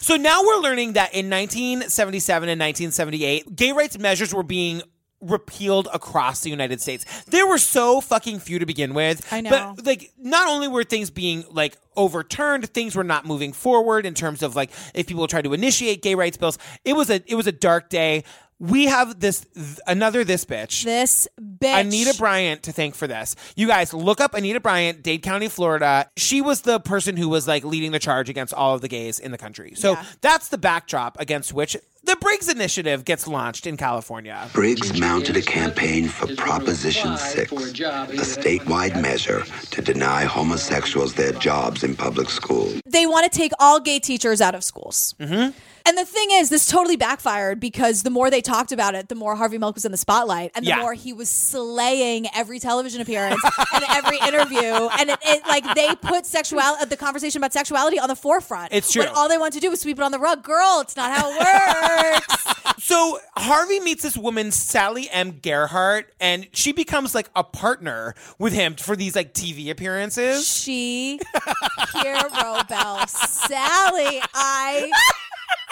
So now we're learning that in 1977 and 1978, gay rights measures were being repealed across the United States. There were so fucking few to begin with. I know. But like not only were things being like overturned, things were not moving forward in terms of like if people tried to initiate gay rights bills. It was a it was a dark day. We have this th- another this bitch. This bitch. Anita Bryant to thank for this. You guys look up Anita Bryant, Dade County, Florida. She was the person who was like leading the charge against all of the gays in the country. So Yeah. that's the backdrop against which the Briggs Initiative gets launched in California. Briggs mounted a campaign for Proposition 6, a statewide measure to deny homosexuals their jobs in public school. they want to take all gay teachers out of schools. Mm-hmm. And the thing is, this totally backfired because the more they talked about it, the more Harvey Milk was in the spotlight and the Yeah. more he was slaying every television appearance and every interview. And it, it like they put sexuality, the conversation about sexuality on the forefront. It's When true. all they want to do is sweep it on the rug. Girl, it's not how it works. So Harvey meets this woman, Sally M. Gerhart, and she becomes like a partner with him for these like TV appearances. She Hero Bell. Sally, I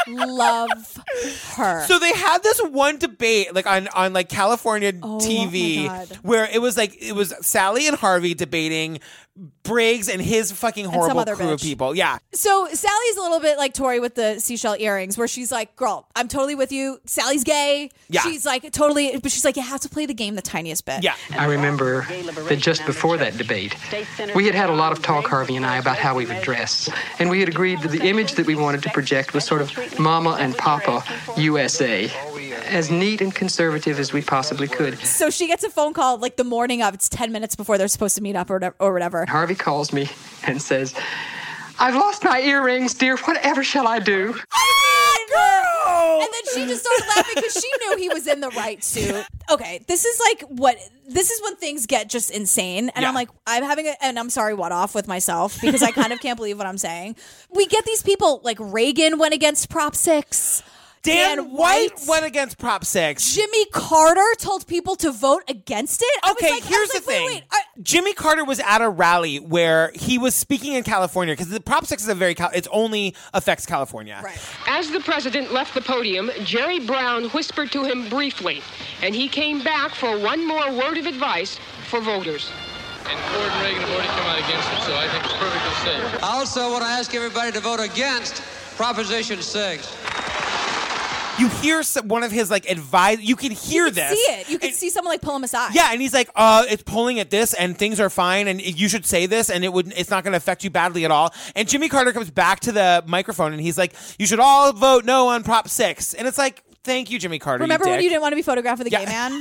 love her. So they had this one debate like on on like California TV Oh, my God. where it was like it was Sally and Harvey debating Briggs and his fucking some horrible other crew of bitch. people. Yeah. So Sally's a little bit like Tori with the seashell earrings, where she's like, "Girl, I'm totally with you. Sally's gay. Yeah. She's like totally, but she's like, you have to play the game the tiniest bit. Yeah. I remember that just before that debate, we had had a lot of talk, Harvey and I, about how we would dress. And we had agreed that the image that we wanted to project was sort of Mama and Papa USA, as neat and conservative as we possibly could. So she gets a phone call like the morning of. It's ten minutes before they're supposed to meet up or whatever. Or whatever. Harvey calls me and says, I've lost my earrings, dear. Whatever shall I do? Girl! And then she just started laughing because she knew he was in the right suit. Okay, this is like what this is when things get just insane. And I'm Yeah. like, I'm having a, and I'm sorry, what off with myself because I kind of can't believe what I'm saying. We get these people like Reagan went against Prop Six. Dan White went against Prop Six. Jimmy Carter told people to vote against it. I was Okay, like- I here's was like, the wait, thing. wait, Jimmy Carter was at a rally where he was speaking in California because the Prop Six is a very Cal- it only affects California. As the president left the podium, Jerry Brown whispered to him briefly, and he came back for one more word of advice for voters. And Ford and Reagan have already come out against it, so I think it's perfectly safe. I also want to ask everybody to vote against Proposition 6. You hear some, one of his like advice. You can hear this. see it. You can see someone like pull him aside. Yeah, and he's like, uh, it's polling at this, and things are fine, and you should say this, and it would, it's not going to affect you badly at all. And Jimmy Carter comes back to the microphone, and he's like, you should all vote no on Prop Six, and it's like, thank you, Jimmy Carter. Remember when dick. you didn't want to be photographed with a gay man?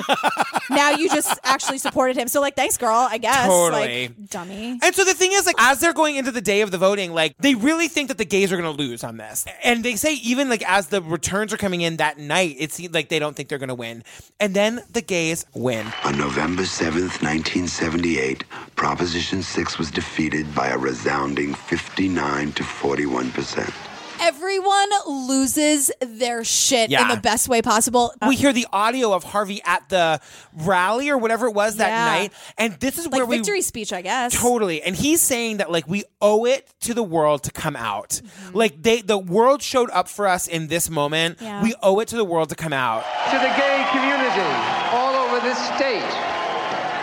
now you just actually supported him. So like, thanks, girl. I guess. Totally. Like, dummy. And so the thing is, like, as they're going into the day of the voting, like, they really think that the gays are going to lose on this. And they say, even like, as the returns are coming in that night, it seems like they don't think they're going to win. And then the gays win. On November 7th, 1978, Proposition 6 was defeated by a resounding 59 to 41%. Everyone loses their shit in Yeah. Uh, the best way possible. We hear the audio of Harvey at the rally or whatever it was that Yeah. night. And this is like where we. victory speech, I guess. Totally. And he's saying that like we owe it to the world to come out. Like they the world showed up for us in this moment. Yeah. We owe it to the world to come out. To the gay community all over this state,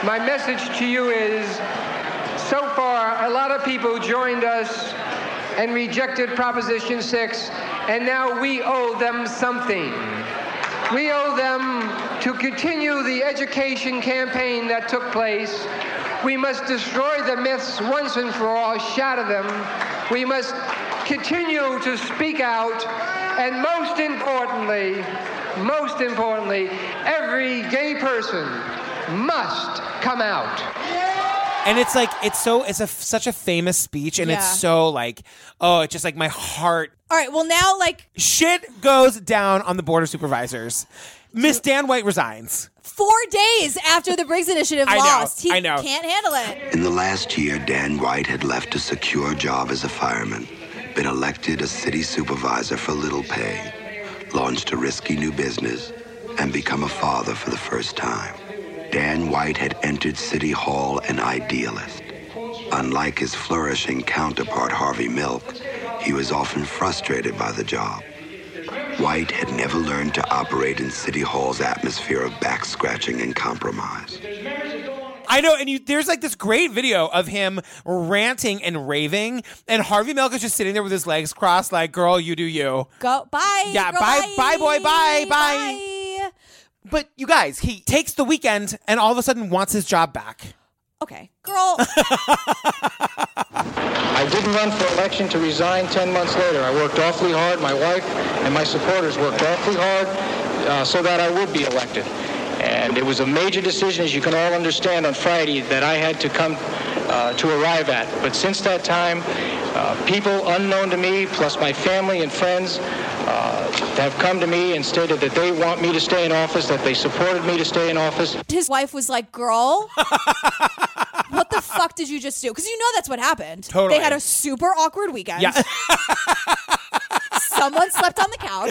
my message to you is so far, a lot of people joined us and rejected Proposition 6, and now we owe them something. We owe them to continue the education campaign that took place. We must destroy the myths once and for all, shatter them. We must continue to speak out. And most importantly, most importantly, every gay person must come out. And it's like it's so it's a such a famous speech and Yeah. it's so like oh it's just like my heart All right. Well, now like shit goes down on the board of supervisors. Miss Dan White resigns. four days after the Briggs Initiative I know, lost, he I know. can't handle it. In the last year, Dan White had left a secure job as a fireman, been elected a city supervisor for little pay, launched a risky new business, and become a father for the first time. Dan White had entered City Hall an idealist. Unlike his flourishing counterpart, Harvey Milk, he was often frustrated by the job. White had never learned to operate in City Hall's atmosphere of back scratching and compromise. I know, and you, there's like this great video of him ranting and raving, and Harvey Milk is just sitting there with his legs crossed, like "Girl, you do you." Go bye. Yeah, girl, bye, bye, boy, bye, bye, But you guys, he takes the weekend and all of a sudden wants his job back. Okay, girl. I didn't run for election to resign 10 months later. I worked awfully hard. My wife and my supporters worked awfully hard uh, so that I would be elected. And it was a major decision, as you can all understand, on Friday that I had to come uh, to arrive at. But since that time, uh, people unknown to me, plus my family and friends, uh, have come to me and stated that they want me to stay in office, that they supported me to stay in office. His wife was like, girl. What the fuck did you just do? Because you know that's what happened. Totally. They had a super awkward weekend. Yeah. someone slept on the couch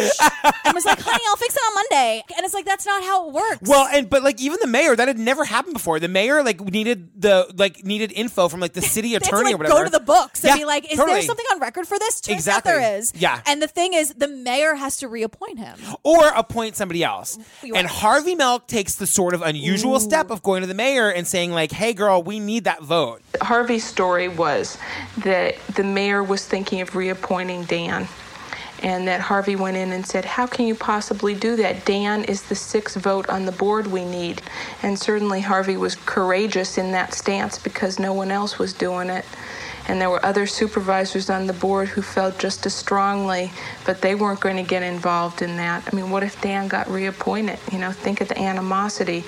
and was like, honey, I'll fix it on Monday. And it's like, that's not how it works. Well, and but like even the mayor, that had never happened before. The mayor like needed the like needed info from like the city They had to, attorney like, or whatever. Go to the books and Yeah, be like, is there totally. something on record for this? Turns Exactly. out there is. Yeah. And the thing is, the mayor has to reappoint him. or appoint somebody else. You And are- Harvey Milk takes the sort of unusual step of going to the mayor and saying like, "Hey, girl, we need that vote." Harvey's story was that the mayor was thinking of reappointing Dan. And that Harvey went in and said, How can you possibly do that? Dan is the sixth vote on the board we need. And certainly Harvey was courageous in that stance because no one else was doing it. And there were other supervisors on the board who felt just as strongly, but they weren't going to get involved in that. I mean, what if Dan got reappointed? You know, think of the animosity.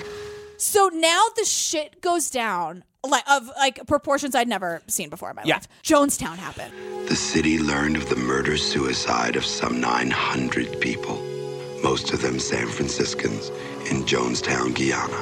So now the shit goes down like of like proportions I'd never seen before in my life. Jonestown happened. The city learned of the murder suicide of some 900 people, most of them San Franciscans, in Jonestown, Guyana.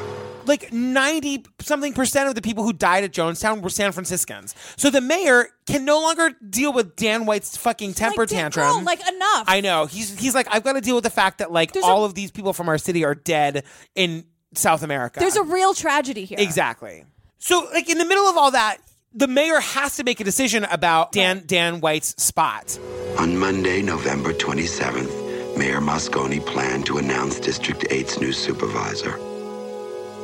Like 90 something percent of the people who died at Jonestown were San Franciscans. So the mayor can no longer deal with Dan White's fucking temper tantrum. Girl, like enough. I know. He's he's like I've got to deal with the fact that like all of these people from our city are dead in South America. There's a real tragedy here. Exactly. So like in the middle of all that, the mayor has to make a decision about Dan Dan White's spot. On Monday, November 27th, Mayor Moscone planned to announce District 8's new supervisor.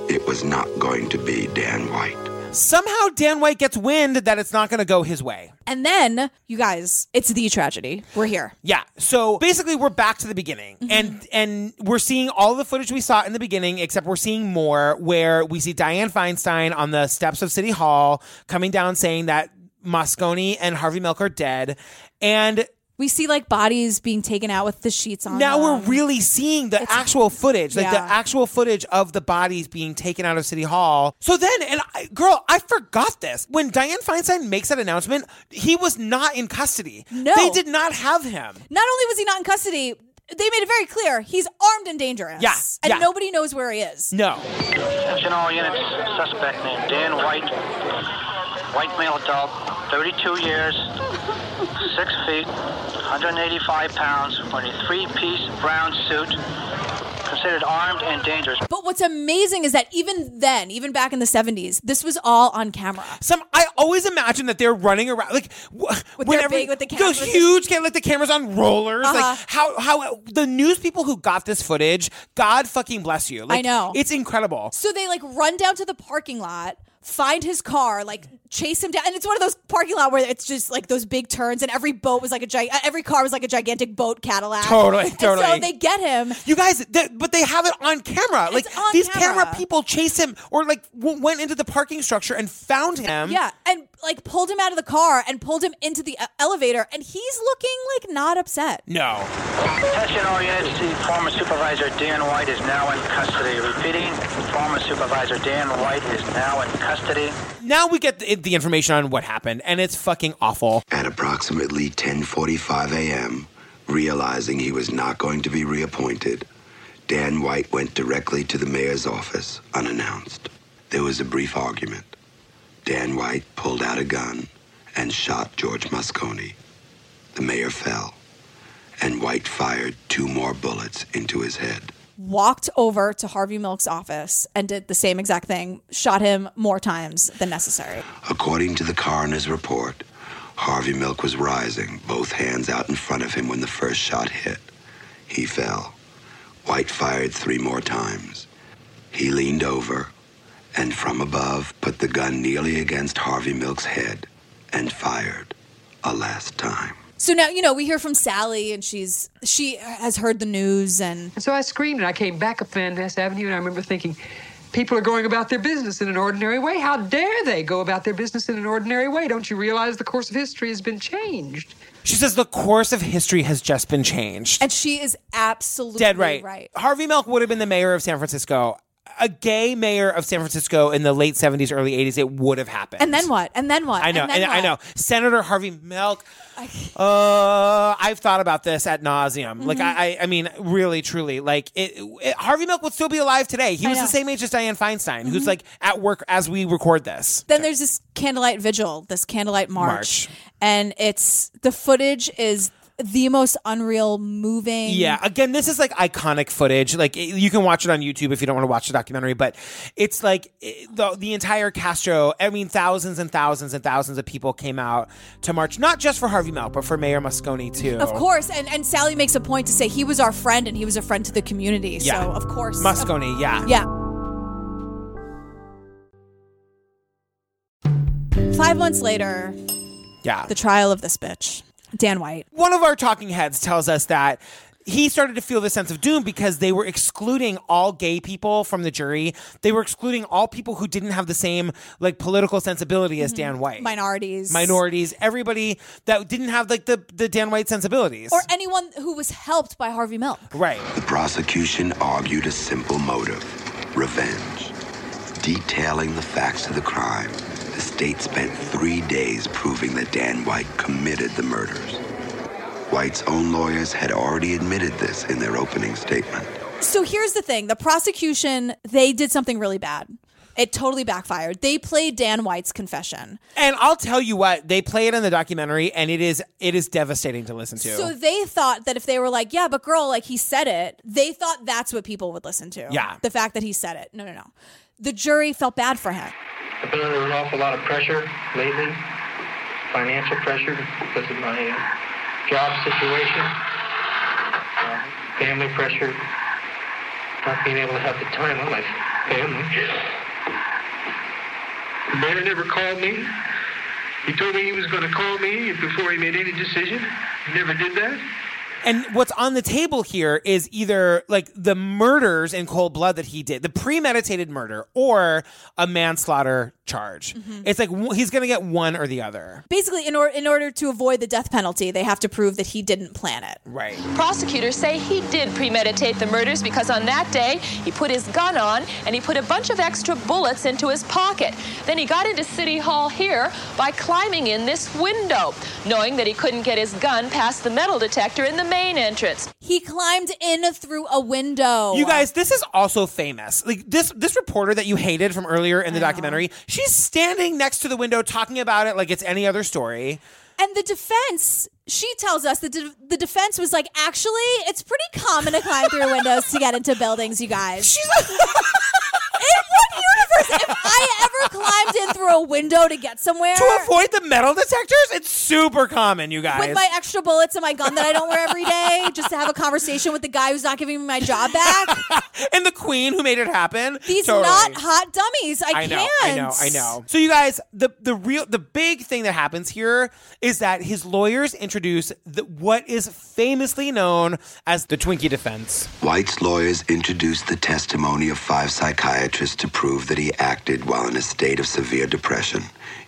It was not going to be Dan White. Somehow Dan White gets wind that it's not going to go his way. And then you guys, it's the tragedy. We're here. Mm-hmm. Yeah. So basically we're back to the beginning. And and we're seeing all the footage we saw in the beginning except we're seeing more where we see Diane Feinstein on the steps of City Hall coming down saying that Moscone and Harvey Milk are dead and We see like bodies being taken out with the sheets on. now we're them. really seeing the actual footage, like the Yeah. actual footage of the bodies being taken out of City Hall. So then, and I, girl, I forgot this. When Diane Feinstein makes that announcement, he was not in custody. No. They did not have him. Not only was he not in custody, they made it very clear he's armed and dangerous. Yeah, And yeah. nobody knows where he is. No. Attention all units, suspect named Dan White, white male adult, 32 years, 6 feet, 185 pounds, wearing a three-piece brown suit, considered armed and dangerous. But what's amazing is that even then, even back in the 70s, this was all on camera. Some I always imagine that they're running around like wh- With their whenever big- with the those cameras. huge can like the cameras on rollers Uh-huh. like how how the news people who got this footage God fucking bless you like, know. it's incredible So they like run down to the parking lot, find his car, like chase him down. And it's one of those parking lot where it's just like those big turns, and every boat was like a gi- every car was like a gigantic boat Cadillac. Totally, And so totally. they get him. You guys, they, but they have it on camera. Like on these camera. camera. people chase him, or like w- went into the parking structure and found him. Yeah, and like pulled him out of the car and pulled him into the e- elevator, and he's looking like not upset. No. Attention all units, the former supervisor Dan White is now in custody. Repeating, former supervisor Dan White is now in custody. Now we get the, the information on what happened, and it's fucking awful. At approximately 10:45 a.m., realizing he was not going to be reappointed, Dan White went directly to the mayor's office unannounced. There was a brief argument. Dan White pulled out a gun and shot George Moscone. The mayor fell, and White fired two more bullets into his head. Walked over to Harvey Milk's office and did the same exact thing. Shot him more times than necessary. According to the coroner's report, Harvey Milk was rising, both hands out in front of him when the first shot hit. He fell. White fired three more times. He leaned over and from above put the gun nearly against Harvey Milk's head and fired a last time. So now you know we hear from Sally, and she's she has heard the news, and And so I screamed and I came back up Van Ness Avenue and I remember thinking, people are going about their business in an ordinary way. How dare they go about their business in an ordinary way? Don't you realize the course of history has been changed? She says the course of history has just been changed. and she is absolutely Dead right. Harvey Milk would have been the mayor of San Francisco, a gay mayor of San Francisco in the late '70s, early '80s. It would have happened. And then what? And then what? I know, Uh, And then and I what? know. Senator Harvey Milk. Uh, I've thought about this at nauseum. Like, Mhm. I, I, I mean, really, truly, like, it, it- Harvey Milk would still be alive today. He I was know. the same age as Diane Feinstein, Mhm. who's like at work as we record this. Then there's this candlelight vigil, this candlelight march, March. and it's the footage is the most unreal, moving. Yeah, again, this is like iconic footage. Like it- you can watch it on YouTube if you don't want to watch the documentary, but it's like it- the the entire Castro. I mean, thousands and thousands and thousands of people came out to march, not just for Harvey Milk, but for Mayor Moscone too. Of course, and, and Sally makes a point to say he was our friend and he was a friend to the community. Yeah. So of course, Moscone. Yeah. yeah. Five months later, Yeah. the trial of this bitch, Dan White. One of our talking heads tells us that he started to feel the sense of doom because they were excluding all gay people from the jury. They were excluding all people who didn't have the same like political sensibility as Dan White. Mm-hmm. minorities, Minorities, everybody that didn't have like the, the Dan White sensibilities. or anyone who was helped by Harvey Milk. right. The prosecution argued a simple motive revenge. Detailing the facts of the crime, the state spent three days proving that Dan White committed the murders. White's own lawyers had already admitted this in their opening statement. So here's the thing: the prosecution they did something really bad. It totally backfired. They played Dan White's confession. And I'll tell you what, they play it in the documentary and it is it is devastating to listen to. So they thought that if they were like, yeah, but girl, like he said it, they thought that's what people would listen to. Yeah. The fact that he said it. No, no, no. The jury felt bad for him. I've been under an awful lot of pressure lately, financial pressure because of my uh, job situation, uh, family pressure, not being able to have the time with my family. The mayor never called me. He told me he was going to call me before he made any decision. He never did that. And what's on the table here is either like the murders in cold blood that he did, the premeditated murder, or a manslaughter charge. Mm-hmm. It's like w- he's going to get one or the other. Basically, in, or- in order to avoid the death penalty, they have to prove that he didn't plan it. Right. Prosecutors say he did premeditate the murders because on that day he put his gun on and he put a bunch of extra bullets into his pocket. Then he got into City Hall here by climbing in this window, knowing that he couldn't get his gun past the metal detector in the main entrance. He climbed in through a window. You guys, this is also famous. Like this this reporter that you hated from earlier in the documentary, she's standing next to the window talking about it like it's any other story. And the defense, she tells us that de- the defense was like, actually, it's pretty common to climb through windows to get into buildings, you guys. She's like, in what universe, if I ever climbed in through a window to get somewhere To avoid the metal detectors, it's super common, you guys. with my extra bullets and my gun that I don't wear every day, just to have a conversation with the guy who's not giving me my job back, and the queen who made it happen. these Totally. not hot dummies. I, know, can't. I know, I know. So you guys, the the real the big thing that happens here is that his lawyers introduce the, what is famously known as the Twinkie defense. White's lawyers introduced the testimony of five psychiatrists to prove that he acted while in a state of severe depression,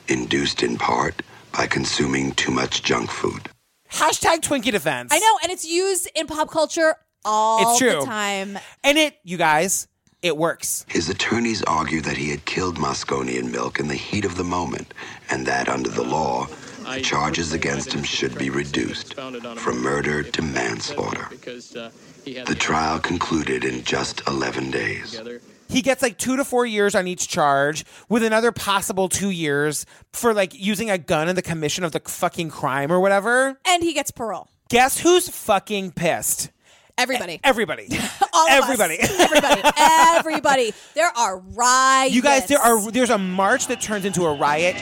induced in part by consuming too much junk food. Hashtag Twinkie defense. I know, and it's used in pop culture all It's true. the time. And it, you guys, it works. His attorneys argued that he had killed Moscone and Milk in the heat of the moment, and that under the law, the charges against him should be reduced from murder to manslaughter. uh, The trial concluded in just 11 days. He gets like two to four years on each charge, with another possible two years for like using a gun in the commission of the fucking crime or whatever. And he gets parole. Guess who's fucking pissed? Everybody. Everybody. All of us. Everybody. everybody, everybody. There are riots. You guys, there are there's a march that turns into a riot.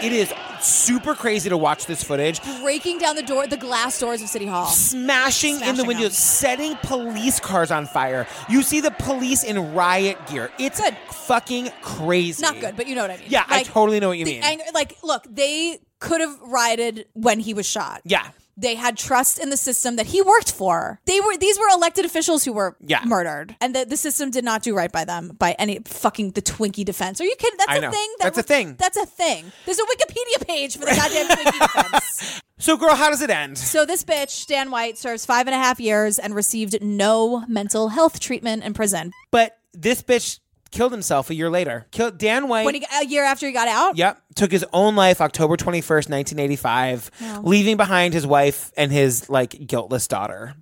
It is super crazy to watch this footage. breaking down the door, the glass doors of City Hall, Smashing, in the windows, setting police cars on fire. You see the police in riot gear. It's fucking crazy. Not good, but you know what I mean. Yeah, I Like, totally know what you the mean. anger- like, look, they could have rioted when he was shot. yeah. They had trust in the system that he worked for. They were these were elected officials who were Yeah. murdered, and the, the system did not do right by them by any fucking the Twinkie defense. Are you kidding? That's I a know. thing. That's a thing. That's a thing. There's a Wikipedia page for the goddamn Twinkie So, girl, how does it end? So this bitch, Dan White, serves five and a half years and received no mental health treatment in prison. But this bitch killed himself a year later. Killed Dan White. When he, a year after he got out, Yep. Took his own life October 21st, 1985, Wow. leaving behind his wife and his like guiltless daughter.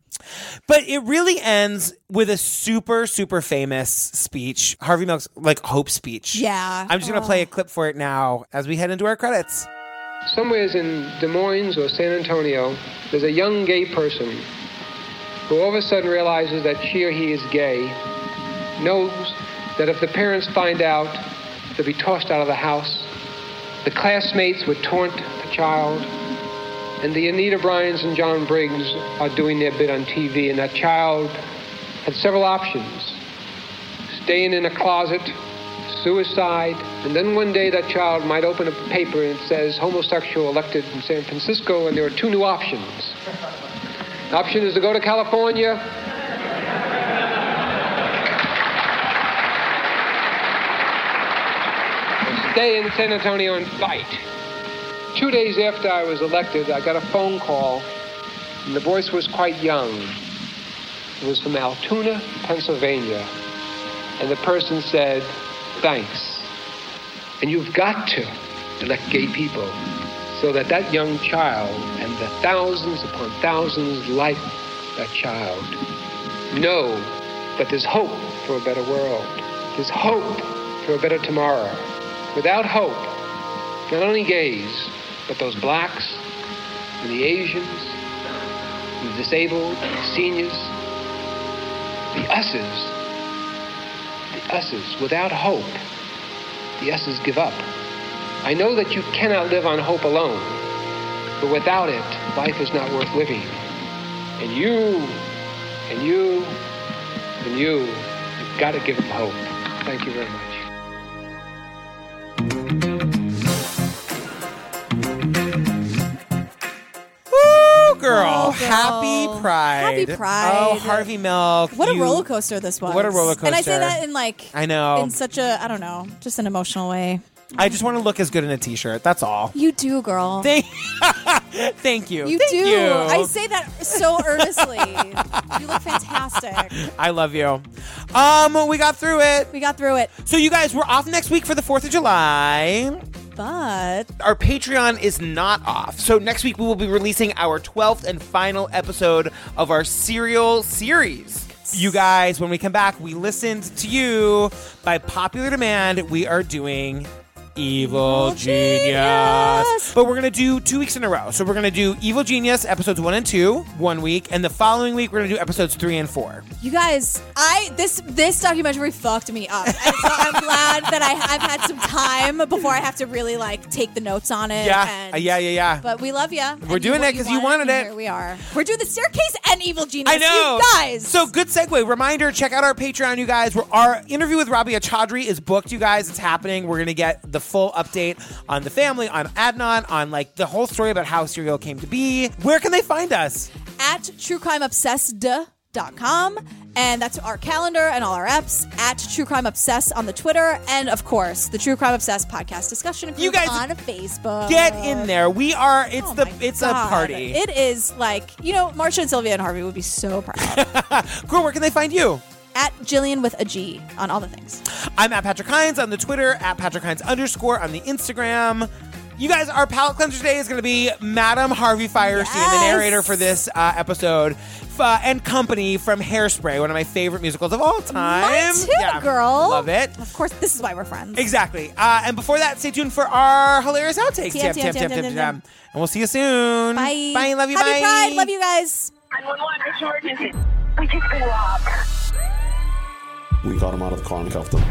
But it really ends with a super, super famous speech. Harvey Milk's like hope speech. Yeah. I'm just going to Oh. play a clip for it now as we head into our credits. Somewheres in Des Moines or San Antonio, there's a young gay person who all of a sudden realizes that she or he is gay, knows that if the parents find out, they'll be tossed out of the house. The classmates would taunt the child, and the Anita Bryans and John Briggs are doing their bit on TV, and that child had several options staying in a closet, suicide, and then one day that child might open a paper and it says homosexual elected in San Francisco, and there are two new options. An option is to go to California. or Stay in San Antonio and fight. Two days after I was elected, I got a phone call, and the voice was quite young. It was from Altoona, Pennsylvania. And the person said, Thanks. And you've got to elect gay people so that that young child and the thousands upon thousands like that child know that there's hope for a better world. There's hope for a better tomorrow. Without hope, not only gays, but those blacks and the Asians, and the disabled, the seniors, the us's the us's without hope. The us's give up. I know that you cannot live on hope alone, but without it, life is not worth living. And you, and you, and you, you've got to give them hope. Thank you very much. Woo, girl. Oh, girl. Happy Pride. Happy Pride. Oh, Harvey Milk. What a you- roller coaster this was. What a roller And I say coaster. that in like I know. in such a I don't know, just an emotional way. I just want to look as good in a t shirt. That's all. You do, girl. Thank, Thank you. you Thank do. You. I say that so earnestly. you look fantastic. I love you. Um, we got through it. We got through it. So you guys, we're off next week for the Fourth of July. But Our Patreon is not off. So next week we will be releasing our 12th and final episode of our serial series. You guys, when we come back, we listened to you by popular demand. We are doing Evil Genius. But we're going to do two weeks in a row. So we're going to do Evil Genius episodes one and two one week. And the following week, we're going to do episodes three and four. you guys, I this this documentary fucked me up. And so I'm glad that I, I've had some time before I have to really like take the notes on it. Yeah. and- Uh, yeah, yeah, yeah. But we love you. We're doing it 'cause you wanted it. Here we are. We're doing the staircase and evil genius. I know. You guys. So good segue. Reminder: check out our Patreon, you guys. We're, our interview with Rabia Chaudhry is booked, you guys. It's happening. We're gonna get the full update on the family, on Adnan, on like the whole story about how Serial came to be. Where can they find us? at truecrimeobsessed.com. And that's our calendar and all our apps at True Crime Obsessed on the Twitter. And of course, the True Crime Obsessed podcast discussion group You guys- on Facebook. Get in there. We are. It's the. It's Uh, oh God, a party. It is like, you know, Marsha and Sylvia and Harvey would be so proud. Girl, where can they find you? at Jillian with a G on all the things. I'm at Patrick Hines on the Twitter, at Patrick Hines underscore on the Instagram. You guys, our palate cleanser today is going to be Madam Harvey Firestein, the narrator for this uh, episode, f- uh, and company from Hairspray, one of my favorite musicals of all time. Mine too, girl. Love it. Of course, this is why we're friends. Exactly. Uh, and before that, stay tuned for our hilarious outtakes. Tam, tam, Tam, tam, tam, tam, tam, tam, tam. And we'll see you soon. Bye. Bye. Love you. Happy bye. Pride. Love you guys. We just been robbed. We got him out of the car and cuffed him.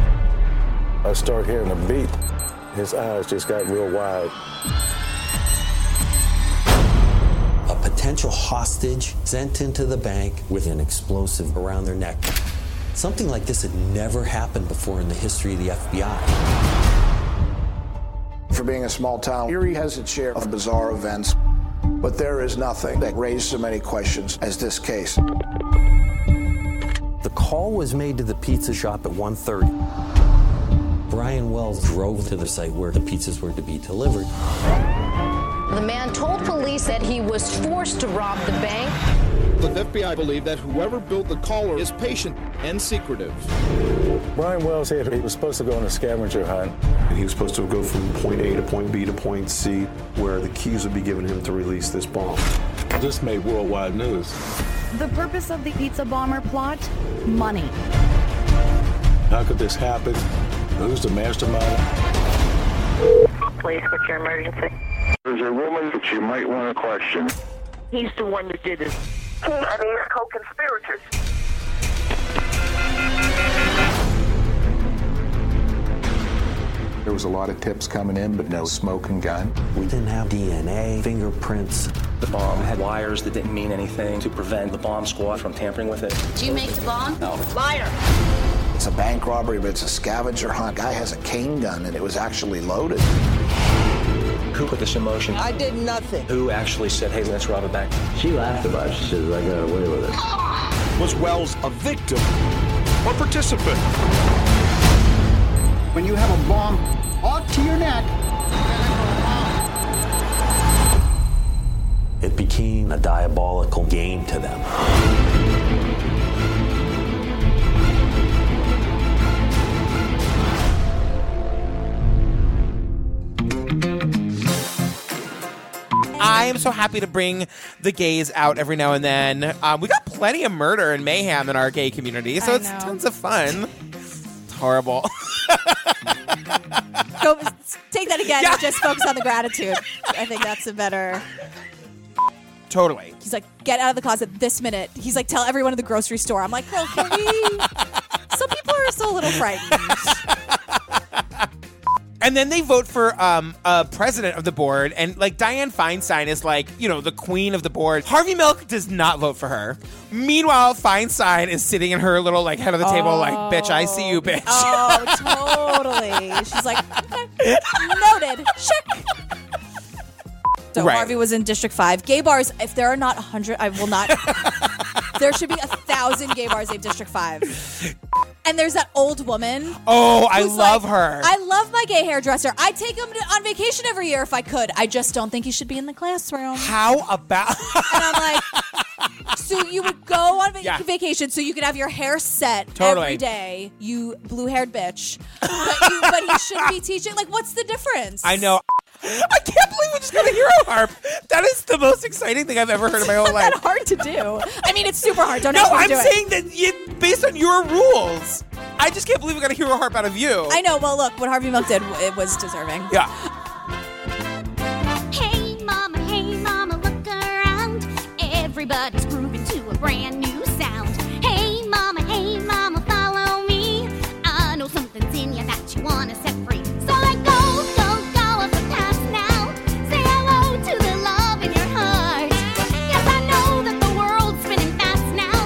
I start hearing a beat. His eyes just got real wide. A potential hostage sent into the bank with an explosive around their neck. Something like this had never happened before in the history of the FBI. For being a small town, Erie has its share of bizarre events, but there is nothing that raised so many questions as this case. The call was made to the pizza shop at 1.30. Brian Wells drove to the site where the pizzas were to be delivered. The man told police that he was forced to rob the bank. The FBI believe that whoever built the collar is patient and secretive. Brian Wells here, he was supposed to go on a scavenger hunt. And he was supposed to go from point A to point B to point C, where the keys would be given him to release this bomb. This made worldwide news. The purpose of the pizza bomber plot? Money. How could this happen? Who's the mastermind? Please, what's your emergency? There's a woman that you might want to question. He's the one that did it. He and his co-conspirators. There was a lot of tips coming in, but no smoking gun. We didn't have DNA, fingerprints. The bomb had wires that didn't mean anything to prevent the bomb squad from tampering with it. Did you make the bomb? No. Liar. It's a bank robbery, but it's a scavenger hunt. Guy has a cane gun, and it was actually loaded. Who put this in motion? I did nothing. Who actually said, hey, let's rob a bank? She laughed about it. She says, I got away with it. Was Wells a victim or participant? When you have a bomb Up to your neck. It became a diabolical game to them. I am so happy to bring the gays out every now and then. Um, we got plenty of murder and mayhem in our gay community, so I it's know. tons of fun. It's horrible. Go take that again. and Just focus on the gratitude. I think that's a better. totally. He's like, get out of the closet this minute. He's like, tell everyone at the grocery store. I'm like, girl, can we? Some people are so little frightened. And then they vote for um, a president of the board, and like Diane Feinstein is like, you know, the queen of the board. Harvey Milk does not vote for her. Meanwhile, Feinstein is sitting in her little like head of the table, like, bitch, I see you, bitch. Oh, totally. She's like, okay, noted. Check. So Right. Harvey was in District Five. Gay bars. If there are not hundred, I will not. there should be a thousand gay bars in District Five. And there's that old woman. Oh, I who's love like, her. I love my gay hairdresser. I would take him to- on vacation every year if I could. I just don't think he should be in the classroom. How about? and I'm like, so you would go on vac- Yeah. vacation so you could have your hair set Totally. every day. You blue-haired bitch. But, you, but he should be teaching. Like, what's the difference? I know. I can't believe we just got a hero harp. That is the most exciting thing I've ever heard in my whole life. It's hard to do. I mean, it's super hard. Don't no, everyone I'm do it. saying that it, based on your rules. I just can't believe we got a hero harp out of you. I know. Well, look, what Harvey Milk did, it was deserving. Yeah. Hey mama, hey mama, look around. Everybody's grooving to a brand new sound. Hey mama, hey mama, follow me. I know something's in you that you wanna set free. So let go, go, go of the past now. Say hello to the love in your heart. Yes, I know that the world's spinning fast now.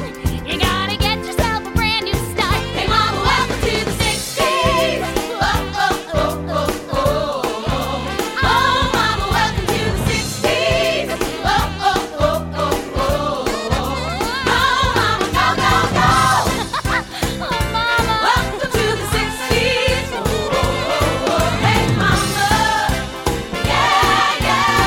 You gotta get yourself a brand new start. Hey mama, welcome to the 60s. Oh, oh, oh, oh, oh. Oh, mama, welcome to the 60s. Oh, oh, oh, oh, oh. Oh, mama, go, go, go. Oh, mama, welcome to the 60s. Oh, oh, oh, oh. Hey, mama. Yeah, yeah, yeah.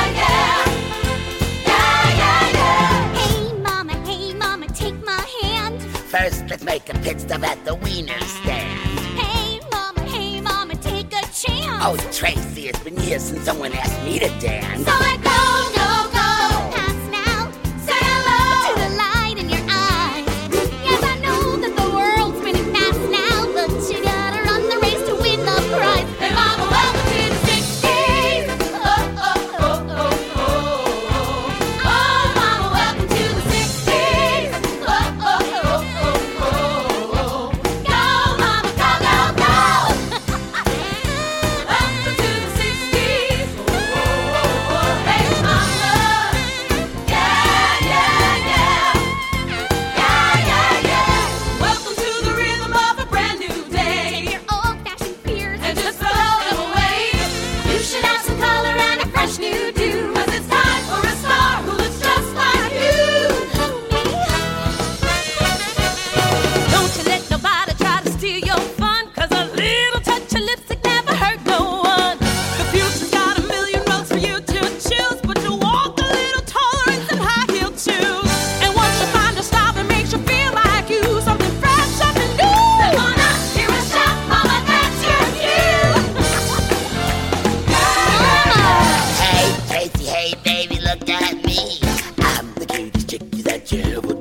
Yeah, yeah, yeah. Hey, mama, hey, mama, take my hand. First, let's make a pit stop at the wiener stand. Hey, mama, hey, mama, take a chance. Oh, Tracy, it's been years since someone asked me to dance. So I go, go, go. Pass now. Say hello to the light in your eyes. Yes, I know that the world's spinning fast now, but you gotta run the race to win the prize. Hey, mama, welcome to the 60s. Oh, oh, oh, oh, oh. Oh, mama, welcome to the 60s. Oh, oh, oh, oh, oh, oh. Go, mama, go, go, go. welcome to the 60s. Oh, oh, oh, oh. Hey, mama. yeah. Oh,